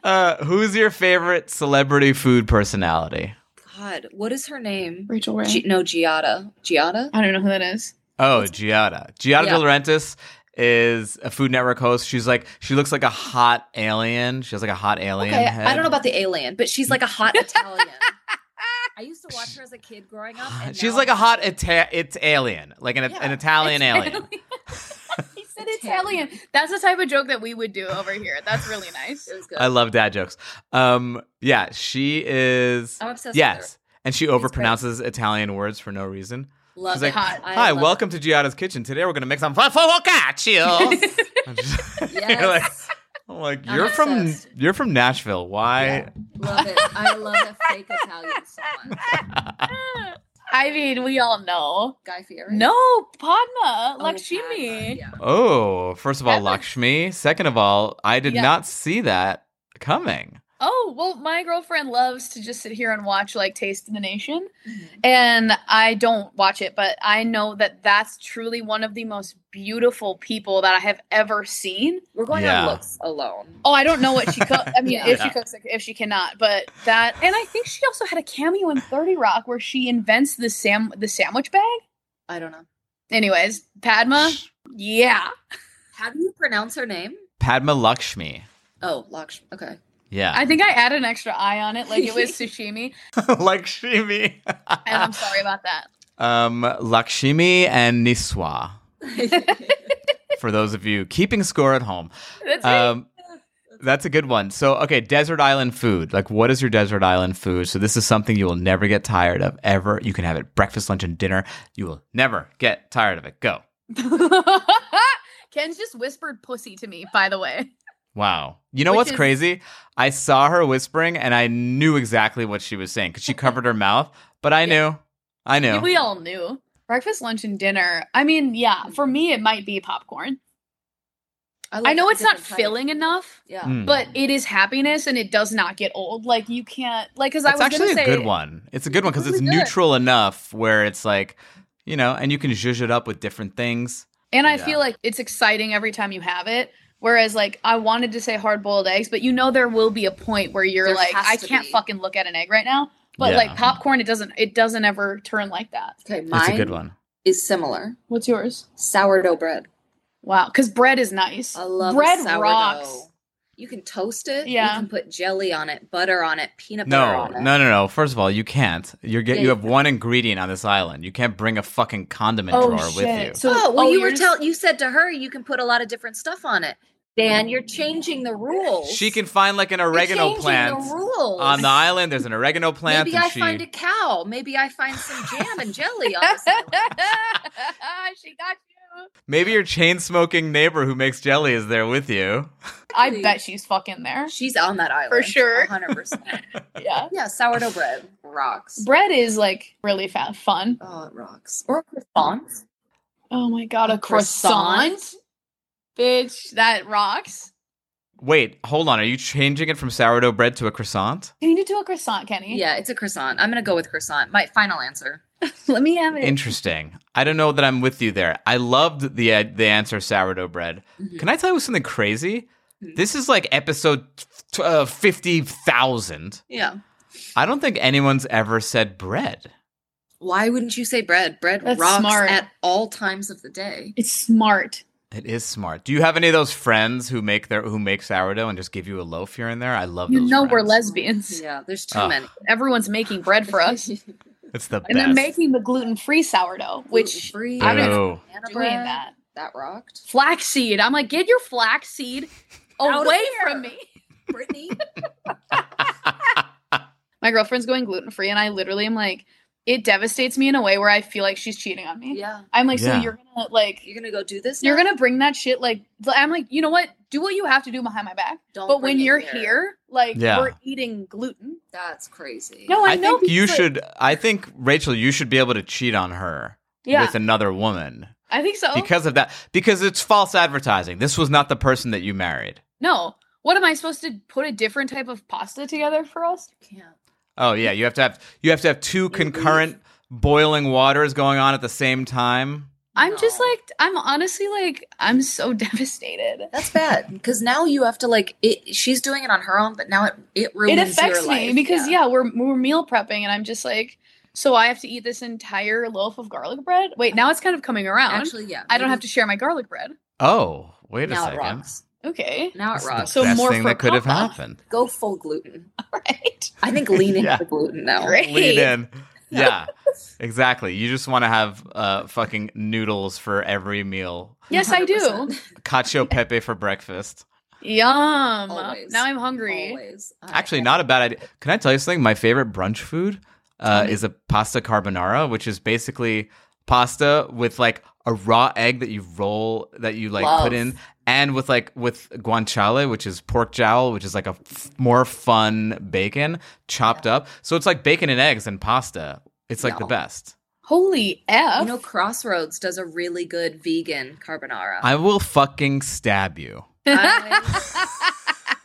Speaker 2: Uh, who's your favorite celebrity food personality?
Speaker 3: God, what is her name?
Speaker 4: Rachel Ray.
Speaker 3: G- no, Giada. Giada?
Speaker 4: I don't know who that is.
Speaker 2: Oh, Giada. Giada
Speaker 3: Yeah.
Speaker 2: De Laurentiis is a Food Network host. She's like she looks like a hot alien. She has like a hot alien
Speaker 3: Okay,
Speaker 2: head.
Speaker 3: I don't know about the alien, but she's like a hot Italian. I used to watch her as a kid growing up. And
Speaker 2: She's
Speaker 3: now-
Speaker 2: like a hot Ita- it's alien, like an,
Speaker 3: Yeah,
Speaker 2: an Italian alien.
Speaker 4: he said Italian. That's the type of joke that we would do over here. That's really nice.
Speaker 3: It was good.
Speaker 2: I love dad jokes. Um, yeah, she is.
Speaker 3: I'm obsessed with
Speaker 2: Yes,
Speaker 3: her.
Speaker 2: and she overpronounces Italian words for no reason.
Speaker 3: Love
Speaker 2: She's like,
Speaker 3: it.
Speaker 4: hot.
Speaker 3: I
Speaker 2: "Hi,
Speaker 3: love
Speaker 2: welcome to Giada's kitchen. Today we're gonna make some focaccia." I'm just-
Speaker 3: it. Yes.
Speaker 2: you're like, I'm like,
Speaker 3: I'm
Speaker 2: you're from
Speaker 3: obsessed.
Speaker 2: you're from Nashville. Why?
Speaker 3: Love it. I love that fake Italian so much.
Speaker 4: I mean, we all know.
Speaker 3: Guy Fieri.
Speaker 4: No, Padma,
Speaker 3: Oh, Padma,
Speaker 4: Lakshmi.
Speaker 3: Yeah.
Speaker 2: Oh, first of all,
Speaker 4: That was-
Speaker 2: Lakshmi. Second of all, I did
Speaker 4: Yeah.
Speaker 2: not see that coming.
Speaker 4: Oh, well, my girlfriend loves to just sit here and watch like Taste of the Nation.
Speaker 3: Mm-hmm.
Speaker 4: And I don't watch it, but I know that that's truly one of the most beautiful people that I have ever seen.
Speaker 3: We're going
Speaker 2: Yeah.
Speaker 3: on looks alone.
Speaker 4: Oh, I don't know what she cooks. I mean, if
Speaker 2: Yeah.
Speaker 4: she cooks, like, if she cannot, but that, and I think she also had a cameo in Thirty Rock where she invents the sam the sandwich bag.
Speaker 3: I don't know.
Speaker 4: Anyways, Padma, yeah,
Speaker 3: How do you pronounce her name?
Speaker 2: Padma Lakshmi.
Speaker 3: Oh, Lakshmi. Okay.
Speaker 2: Yeah,
Speaker 4: I think I added an extra eye on it, like it was sashimi,
Speaker 2: Lakshmi.
Speaker 4: and I'm sorry about that.
Speaker 2: Um, Lakshmi and Niswa. for those of you keeping score at home.
Speaker 4: That's it.
Speaker 2: Um, that's a good one. So, okay, desert island food. Like, what is your desert island food? So, this is something you will never get tired of ever. You can have it breakfast, lunch, and dinner. You will never get tired of it. Go.
Speaker 4: Ken's just whispered pussy to me, by the way.
Speaker 2: Wow. You know
Speaker 4: Which
Speaker 2: what's
Speaker 4: is-
Speaker 2: crazy? I saw her whispering and I knew exactly what she was saying because she covered her mouth, but I knew. I knew.
Speaker 4: We all knew. Breakfast, lunch, and dinner. I mean, yeah, for me, it might be popcorn.
Speaker 3: love
Speaker 4: I know
Speaker 3: the
Speaker 4: it's not
Speaker 3: different type.
Speaker 4: filling enough,
Speaker 3: Yeah.
Speaker 2: Mm.
Speaker 4: but it is happiness and it does not get old. Like, you can't, like, because I
Speaker 2: It's
Speaker 4: was going
Speaker 2: actually
Speaker 4: to say.
Speaker 2: a good one. It's a good one because it's
Speaker 4: Really good.
Speaker 2: neutral enough where it's like, you know, and you can zhuzh it up with different things.
Speaker 4: And I
Speaker 2: Yeah.
Speaker 4: feel like it's exciting every time you have it. Whereas, like, I wanted to say hard boiled eggs, but you know, there will be a point where you're
Speaker 3: There
Speaker 4: like,
Speaker 3: has
Speaker 4: I
Speaker 3: to
Speaker 4: can't
Speaker 3: be.
Speaker 4: fucking look at an egg right now. But
Speaker 2: Yeah.
Speaker 4: like popcorn, it doesn't, it doesn't ever turn like that.
Speaker 3: Okay, mine
Speaker 2: That's a good one.
Speaker 3: is similar.
Speaker 4: What's yours?
Speaker 3: Sourdough bread.
Speaker 4: Wow, because bread is nice.
Speaker 3: I love
Speaker 4: bread
Speaker 3: sourdough.
Speaker 4: rocks.
Speaker 3: You can toast it.
Speaker 4: Yeah.
Speaker 3: You can put jelly on it, butter on it, peanut butter
Speaker 2: No,
Speaker 3: on it.
Speaker 2: no, no, no. First of all, you can't. You're get, you
Speaker 3: Yeah, you
Speaker 2: have one ingredient on this island. You can't bring a fucking condiment
Speaker 4: Oh,
Speaker 2: drawer with
Speaker 4: shit.
Speaker 2: you.
Speaker 4: So-
Speaker 3: oh, well,
Speaker 4: oh,
Speaker 3: you
Speaker 4: you're
Speaker 3: were
Speaker 4: just-
Speaker 3: tell you said to her you can put a lot of different stuff on it. Dan, you're changing the rules.
Speaker 2: she can find like an
Speaker 3: You're
Speaker 2: oregano
Speaker 3: changing
Speaker 2: plant
Speaker 3: The rules.
Speaker 2: on the island. There's an oregano plant,
Speaker 3: Maybe
Speaker 2: and
Speaker 3: I
Speaker 2: she
Speaker 3: find a cow. Maybe I find some jam and jelly on this island.
Speaker 4: she got you.
Speaker 2: maybe your chain smoking neighbor who makes jelly is there with you.
Speaker 4: I bet she's fucking there.
Speaker 3: She's on that island
Speaker 4: For sure.
Speaker 3: hundred percent.
Speaker 4: Yeah.
Speaker 3: Yeah, sourdough bread rocks.
Speaker 4: Bread is like really fa- fun.
Speaker 3: Oh, it rocks. Or croissants.
Speaker 4: Oh my god, a
Speaker 3: A croissant?
Speaker 4: croissant? Bitch, that rocks.
Speaker 2: Wait, hold on. Are you changing it from sourdough bread to a croissant?
Speaker 4: Change it to a croissant, Kenny.
Speaker 3: Yeah, it's a croissant. I'm gonna go with croissant. My final answer. Let me have it.
Speaker 2: Interesting. I don't know that I'm with you there. I loved the uh, the answer sourdough bread.
Speaker 4: Mm-hmm.
Speaker 2: Can I tell you something crazy?
Speaker 4: Hmm.
Speaker 2: This is like episode t- uh, fifty thousand.
Speaker 3: yeah.
Speaker 2: I don't think anyone's ever said bread.
Speaker 3: Why wouldn't you say bread? Bread
Speaker 4: That's
Speaker 3: rocks
Speaker 4: smart.
Speaker 3: at all times of the day.
Speaker 4: It's smart.
Speaker 2: It is smart. Do you have any of those friends who make their who make sourdough and just give you a loaf here and there? I love.
Speaker 4: You
Speaker 2: those
Speaker 4: know we're
Speaker 2: friends.
Speaker 4: lesbians.
Speaker 3: Yeah, there's too
Speaker 2: Ah.
Speaker 3: many.
Speaker 4: Everyone's making bread for us, and
Speaker 2: It's the best.
Speaker 4: they're making the gluten-free sourdough, which
Speaker 3: Gluten-free,
Speaker 4: I've been
Speaker 2: Ew.
Speaker 3: banana
Speaker 4: doing
Speaker 3: bread.
Speaker 4: that.
Speaker 3: That rocked.
Speaker 4: Flaxseed. I'm like, get your flaxseed
Speaker 3: Out of
Speaker 4: away
Speaker 3: here.
Speaker 4: from me.
Speaker 3: Brittany.
Speaker 4: My girlfriend's going gluten-free, and I literally am like, it devastates me in a way where I feel like she's cheating on me.
Speaker 3: yeah.
Speaker 4: I'm like,
Speaker 2: Yeah.
Speaker 4: so you're gonna like
Speaker 3: You're gonna go do this.
Speaker 4: You're
Speaker 3: now?
Speaker 4: gonna bring that shit like I'm like, you know what? Do what you have to do behind my back.
Speaker 3: Don't
Speaker 4: but
Speaker 3: bring
Speaker 4: when
Speaker 3: it
Speaker 4: you're
Speaker 3: here.
Speaker 4: here, like
Speaker 2: Yeah.
Speaker 4: we're eating gluten.
Speaker 3: That's crazy.
Speaker 4: No, I,
Speaker 2: I
Speaker 4: know
Speaker 2: think you
Speaker 4: people-
Speaker 2: should. I think Rachel, you should be able to cheat on her
Speaker 4: Yeah, Oh.
Speaker 2: with another woman
Speaker 4: I think so.
Speaker 2: because of that. Because it's false advertising. This was not the person that you married.
Speaker 4: no, what am I supposed to put a different type of pasta together for us?
Speaker 3: can't.
Speaker 2: Oh yeah, you have to have you have to have two concurrent boiling waters going on at the same time.
Speaker 4: I'm just
Speaker 3: No.
Speaker 4: like, I'm honestly like, I'm so devastated.
Speaker 3: That's bad because now you have to like it. She's doing it on her own, but now it it ruins
Speaker 4: It
Speaker 3: your
Speaker 4: affects me
Speaker 3: life.
Speaker 4: because yeah. we're we're meal prepping, and I'm just like, so I have to eat this entire loaf of garlic bread. Wait, now it's kind of coming around.
Speaker 3: actually, yeah,
Speaker 4: I don't
Speaker 3: maybe
Speaker 4: have to share my garlic bread.
Speaker 2: Oh wait a
Speaker 3: Now it
Speaker 2: second.
Speaker 3: rocks.
Speaker 4: Okay,
Speaker 3: Now it
Speaker 2: That's
Speaker 3: rocks.
Speaker 2: The
Speaker 4: So
Speaker 2: best
Speaker 4: more
Speaker 2: thing
Speaker 4: for
Speaker 2: that could have
Speaker 4: Papa.
Speaker 2: happened.
Speaker 3: Go full gluten.
Speaker 4: all right,
Speaker 3: I think lean into
Speaker 2: Yeah.
Speaker 3: the gluten now.
Speaker 4: great.
Speaker 2: Lean in. Yeah, exactly. You just want to have uh, fucking noodles for every meal.
Speaker 4: Yes, I do.
Speaker 3: 100%.
Speaker 2: Cacio pepe for breakfast.
Speaker 4: Yum.
Speaker 3: Always.
Speaker 4: Now I'm hungry.
Speaker 3: Always.
Speaker 2: Actually, not a bad idea. Can I tell you something? My favorite brunch food uh, is a pasta carbonara, which is basically pasta with like a raw egg that you roll that you like
Speaker 3: Love.
Speaker 2: put in, and with like with guanciale, which is pork jowl, which is like a f- more fun bacon chopped up. So it's like bacon and eggs and pasta. It's like the
Speaker 3: No.
Speaker 2: best.
Speaker 4: Holy F.
Speaker 3: You know, Crossroads does a really good vegan carbonara.
Speaker 2: I will fucking stab you.
Speaker 3: I,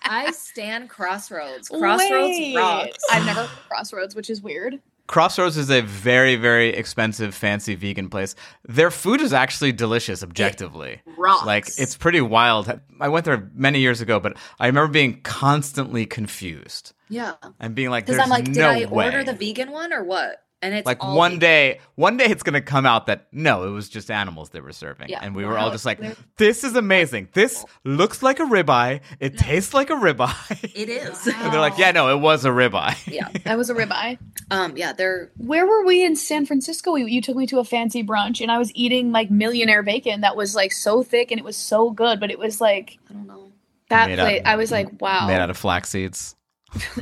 Speaker 3: I stand Crossroads. Crossroads
Speaker 4: Wait.
Speaker 3: rocks.
Speaker 4: I've never heard of Crossroads, which is weird.
Speaker 2: Crossroads is a very, very expensive, fancy vegan place. Their food is actually delicious, objectively.
Speaker 3: rocks.
Speaker 2: Like it's pretty wild. I went there many years ago, but I remember being constantly confused
Speaker 3: yeah.
Speaker 2: and being like,
Speaker 3: Because
Speaker 2: "There's
Speaker 3: I'm like, did
Speaker 2: no
Speaker 3: I
Speaker 2: way."
Speaker 3: order the vegan one or what? And it's
Speaker 2: like
Speaker 3: all
Speaker 2: one
Speaker 3: vegan.
Speaker 2: day, one day it's gonna come out that no, it was just animals they were serving,
Speaker 3: Yeah.
Speaker 2: and we were
Speaker 3: No,
Speaker 2: all just like,
Speaker 3: they're-
Speaker 2: "This is amazing. This looks like a ribeye. It tastes like a ribeye."
Speaker 3: It is.
Speaker 2: and they're like, "Yeah, no, it was a ribeye."
Speaker 3: yeah.
Speaker 4: That was a ribeye.
Speaker 3: Um. Yeah. They're
Speaker 4: Where were we in San Francisco? You- You took me to a fancy brunch and I was eating like millionaire bacon that was like so thick and it was so good, but it was like
Speaker 3: I don't know.
Speaker 4: that
Speaker 2: Made
Speaker 4: plate.
Speaker 2: out-
Speaker 4: I was like, wow.
Speaker 2: Made out of flax seeds.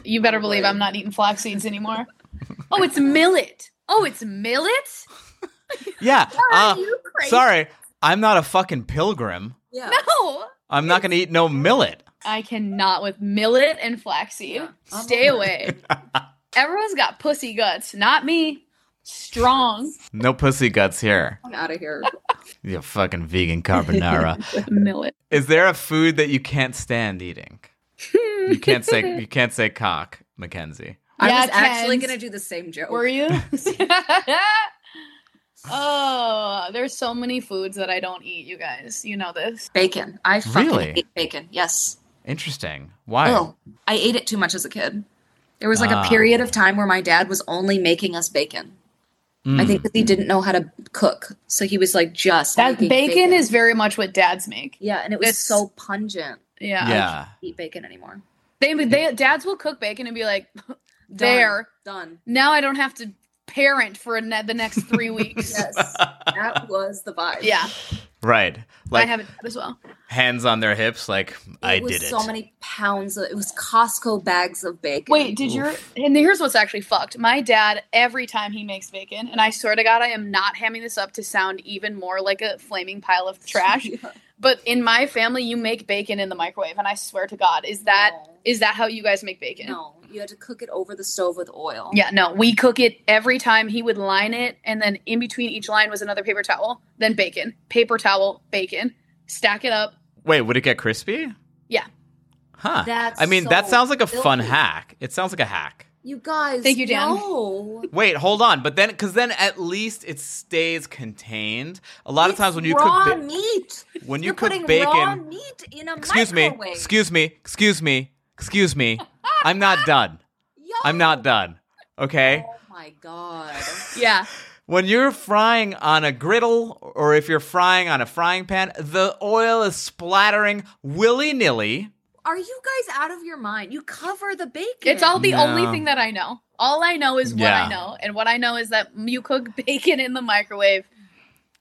Speaker 4: you better believe I'm not eating flax seeds anymore. oh, it's millet. Oh, it's millet?
Speaker 2: Yeah.
Speaker 4: Are
Speaker 2: uh,
Speaker 4: you crazy?
Speaker 2: sorry, I'm not a fucking pilgrim.
Speaker 3: Yeah.
Speaker 4: No.
Speaker 2: I'm not gonna eat no millet.
Speaker 4: I cannot with millet and flaxseed.
Speaker 3: Yeah.
Speaker 4: Stay away. Everyone's got pussy guts, not me. Strong
Speaker 2: No pussy guts here.
Speaker 3: I'm out of here.
Speaker 2: You fucking vegan carbonara.
Speaker 4: millet.
Speaker 2: Is there a food that you can't stand eating? You can't say you can't say cock, Mackenzie.
Speaker 3: I
Speaker 4: Yeah,
Speaker 3: was actually
Speaker 4: Ken's.
Speaker 3: gonna do the same joke.
Speaker 4: Were you? oh, there's so many foods that I don't eat, you guys. You know this.
Speaker 3: Bacon. I fucking
Speaker 2: Really?
Speaker 3: hate bacon. Yes.
Speaker 2: Interesting. Why?
Speaker 3: Oh, I ate it too much as a kid. There was like
Speaker 2: Ah.
Speaker 3: a period of time where my dad was only making us bacon. I
Speaker 2: Mm.
Speaker 3: think because he didn't know how to cook, so he was like just
Speaker 4: That
Speaker 3: making
Speaker 4: bacon, is very much what dads make.
Speaker 3: yeah, and it was
Speaker 4: it's-
Speaker 3: so pungent.
Speaker 4: Yeah.
Speaker 2: Yeah.
Speaker 3: Eat bacon anymore?
Speaker 4: They, they dads will cook bacon and be like,
Speaker 3: Done.
Speaker 4: there.
Speaker 3: done.
Speaker 4: Now I don't have to parent for ne- the next three weeks.
Speaker 3: Yes, that was the vibe.
Speaker 4: Yeah,
Speaker 2: Right. Like
Speaker 4: I have it as well.
Speaker 2: hands on their hips, like I
Speaker 3: it was
Speaker 2: did it.
Speaker 3: So many pounds. Of, it was Costco bags of bacon.
Speaker 4: Wait, did your and here's what's actually fucked. My dad, every time he makes bacon, and I swear to God, I am not hamming this up to sound even more like a flaming pile of trash. But in my family, you make bacon in the microwave, and I swear to God, is that is
Speaker 3: No.
Speaker 4: that how you guys make bacon?
Speaker 3: No, you had to cook it over the stove with oil.
Speaker 4: Yeah, no. We cook it every time. He would line it, and then in between each line was another paper towel, then bacon, paper towel, bacon. Stack it up.
Speaker 2: Wait, would it get crispy?
Speaker 4: Yeah.
Speaker 2: Huh.
Speaker 6: That's
Speaker 2: I mean, that
Speaker 6: so
Speaker 2: sounds like a fun
Speaker 6: filthy.
Speaker 2: hack. It sounds like a hack.
Speaker 6: You guys.
Speaker 4: Thank you, Dan.
Speaker 6: No.
Speaker 2: Wait, hold on. But then, because then at least it stays contained. A lot of times when you
Speaker 6: raw
Speaker 2: cook, ba-
Speaker 6: meat.
Speaker 2: when you
Speaker 6: You're
Speaker 2: cook
Speaker 6: putting
Speaker 2: bacon,
Speaker 6: raw meat in a
Speaker 2: excuse me,
Speaker 6: microwave.
Speaker 2: excuse me, excuse me, excuse me. I'm not done.
Speaker 6: Yo.
Speaker 2: I'm not done. Okay.
Speaker 6: Oh my god.
Speaker 4: Yeah.
Speaker 2: When you're frying on a griddle or if you're frying on a frying pan, the oil is splattering willy nilly.
Speaker 6: Are you guys out of your mind? You cover the bacon.
Speaker 4: It's all the
Speaker 2: No.
Speaker 4: only thing that I know. All I know is what
Speaker 2: Yeah.
Speaker 4: I know. And what I know is that you cook bacon in the microwave.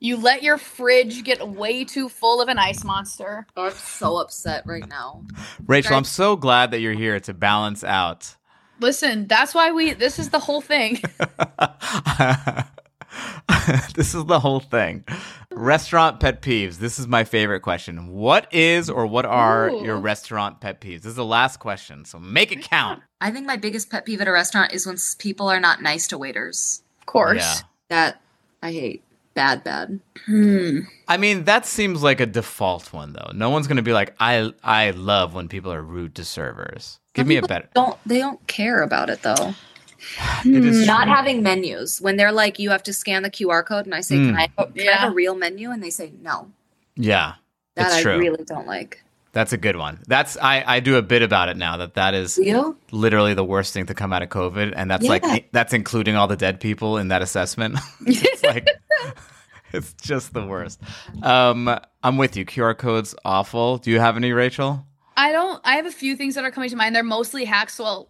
Speaker 4: You let your fridge get way too full of an ice monster.
Speaker 6: I'm so upset right now.
Speaker 2: Rachel, I'm so glad that you're here to balance out.
Speaker 4: Listen, that's why we this is the whole thing.
Speaker 2: this is the whole thing. Restaurant pet peeves. This is my favorite question. What is or what are
Speaker 4: Ooh.
Speaker 2: your restaurant pet peeves? This is the last question, so make it count.
Speaker 3: I think my biggest pet peeve at a restaurant is when s- people are not nice to waiters.
Speaker 4: Of course.
Speaker 2: Yeah.
Speaker 3: That I hate. Bad, bad.
Speaker 2: I mean, that seems like a default one though. No one's gonna be like, I I love when people are rude to servers. Give me a better.
Speaker 3: Don't they don't care about it though.
Speaker 2: It is
Speaker 3: Not
Speaker 2: true.
Speaker 3: having menus when they're like you have to scan the QR code and I say can,
Speaker 2: Mm.
Speaker 3: I, can I
Speaker 4: Yeah.
Speaker 3: have a real menu and they say no.
Speaker 2: Yeah,
Speaker 3: That
Speaker 2: it's
Speaker 3: I
Speaker 2: true.
Speaker 3: really don't like.
Speaker 2: That's a good one. That's I I do a bit about it now that that is
Speaker 3: You?
Speaker 2: literally the worst thing to come out of COVID, and that's
Speaker 3: Yeah.
Speaker 2: like that's including all the dead people in that assessment. it's like it's just the worst. Um, I'm with you. QR codes awful. Do you have any, Rachel?
Speaker 4: I don't. I have a few things that are coming to mind. They're mostly hacks. Well,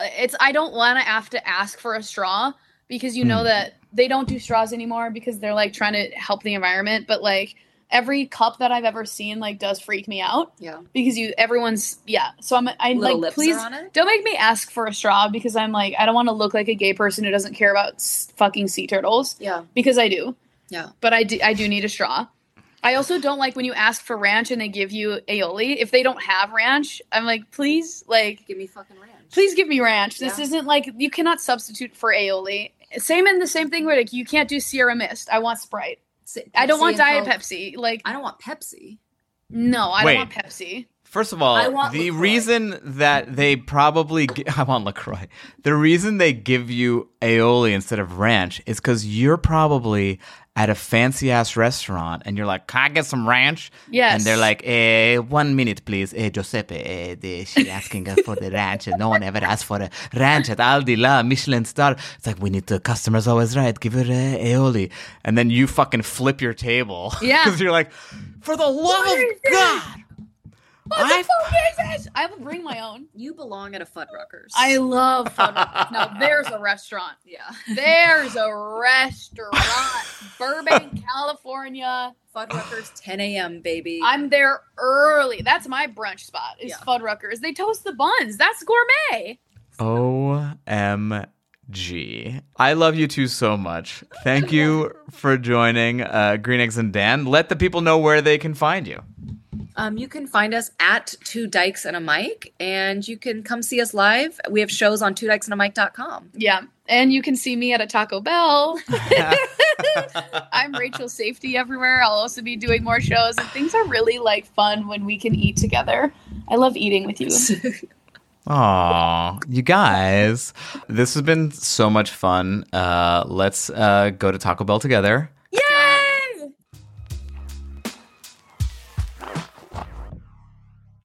Speaker 4: it's I don't want to have to ask for a straw because you know that they don't do straws anymore because they're like trying to help the environment. But like every cup that I've ever seen like does freak me out
Speaker 3: Yeah.
Speaker 4: because you everyone's yeah. So I'm I
Speaker 3: Little
Speaker 4: like
Speaker 3: lips
Speaker 4: please
Speaker 3: are on it.
Speaker 4: don't make me ask for a straw because I'm like I don't want to look like a gay person who doesn't care about s- fucking sea turtles
Speaker 3: Yeah.
Speaker 4: because I do
Speaker 3: Yeah.
Speaker 4: but I do, I do need a straw. I also don't like when you ask for ranch and they give you aioli. If they don't have ranch, I'm like, please, like,
Speaker 3: Give me fucking ranch.
Speaker 4: please give me ranch. This
Speaker 3: Yeah.
Speaker 4: isn't like you cannot substitute for aioli. Same in the same thing where like you can't do Sierra Mist. I want Sprite.
Speaker 3: Say-
Speaker 4: I don't
Speaker 3: Pepsi
Speaker 4: want
Speaker 3: and
Speaker 4: Diet
Speaker 3: Coke.
Speaker 4: Pepsi. Like,
Speaker 3: I don't want Pepsi.
Speaker 4: no, I
Speaker 2: Wait.
Speaker 4: don't want Pepsi.
Speaker 2: First of all,
Speaker 3: I want
Speaker 2: the
Speaker 3: LaCroix.
Speaker 2: reason that they probably gi- I want Lacroix. The reason they give you aioli instead of ranch is because you're probably at a fancy ass restaurant and you're like, "Can I get some ranch?"
Speaker 4: Yes.
Speaker 2: And they're like, eh, "One minute, please, eh, Giuseppe. Eh, the, she asking us for the ranch, and no one ever asked for a ranch at Aldi La Michelin star." It's like we need the customers always right. Give her uh, aioli, and then you fucking flip your table.
Speaker 4: Yeah.
Speaker 2: because you're like, "For the love of God." I
Speaker 4: I will bring my own.
Speaker 3: You belong at a Fuddruckers.
Speaker 4: I love fun. now there's a restaurant.
Speaker 3: yeah.
Speaker 4: There's a restaurant, Burbank, California.
Speaker 3: Fuddruckers 10 a.m. baby.
Speaker 4: I'm there early. That's my brunch spot. Is
Speaker 3: Yeah.
Speaker 4: Fuddruckers. They toast the buns. That's gourmet.
Speaker 2: OMG. I love you two so much. Thank you for joining uh, Green Eggs and Dan. Let the people know where they can find you.
Speaker 3: Um, you can find us at Two Dykes and a Mic, and you can come see us live. We have shows on two dykes and a mic.com.
Speaker 4: Yeah. And you can see me at a Taco Bell. I'm Rachel Safety everywhere. I'll also be doing more shows and things are really like fun when we can eat together. I love eating with you.
Speaker 2: Aw, you guys. This has been so much fun. Uh, let's uh, go to Taco Bell together.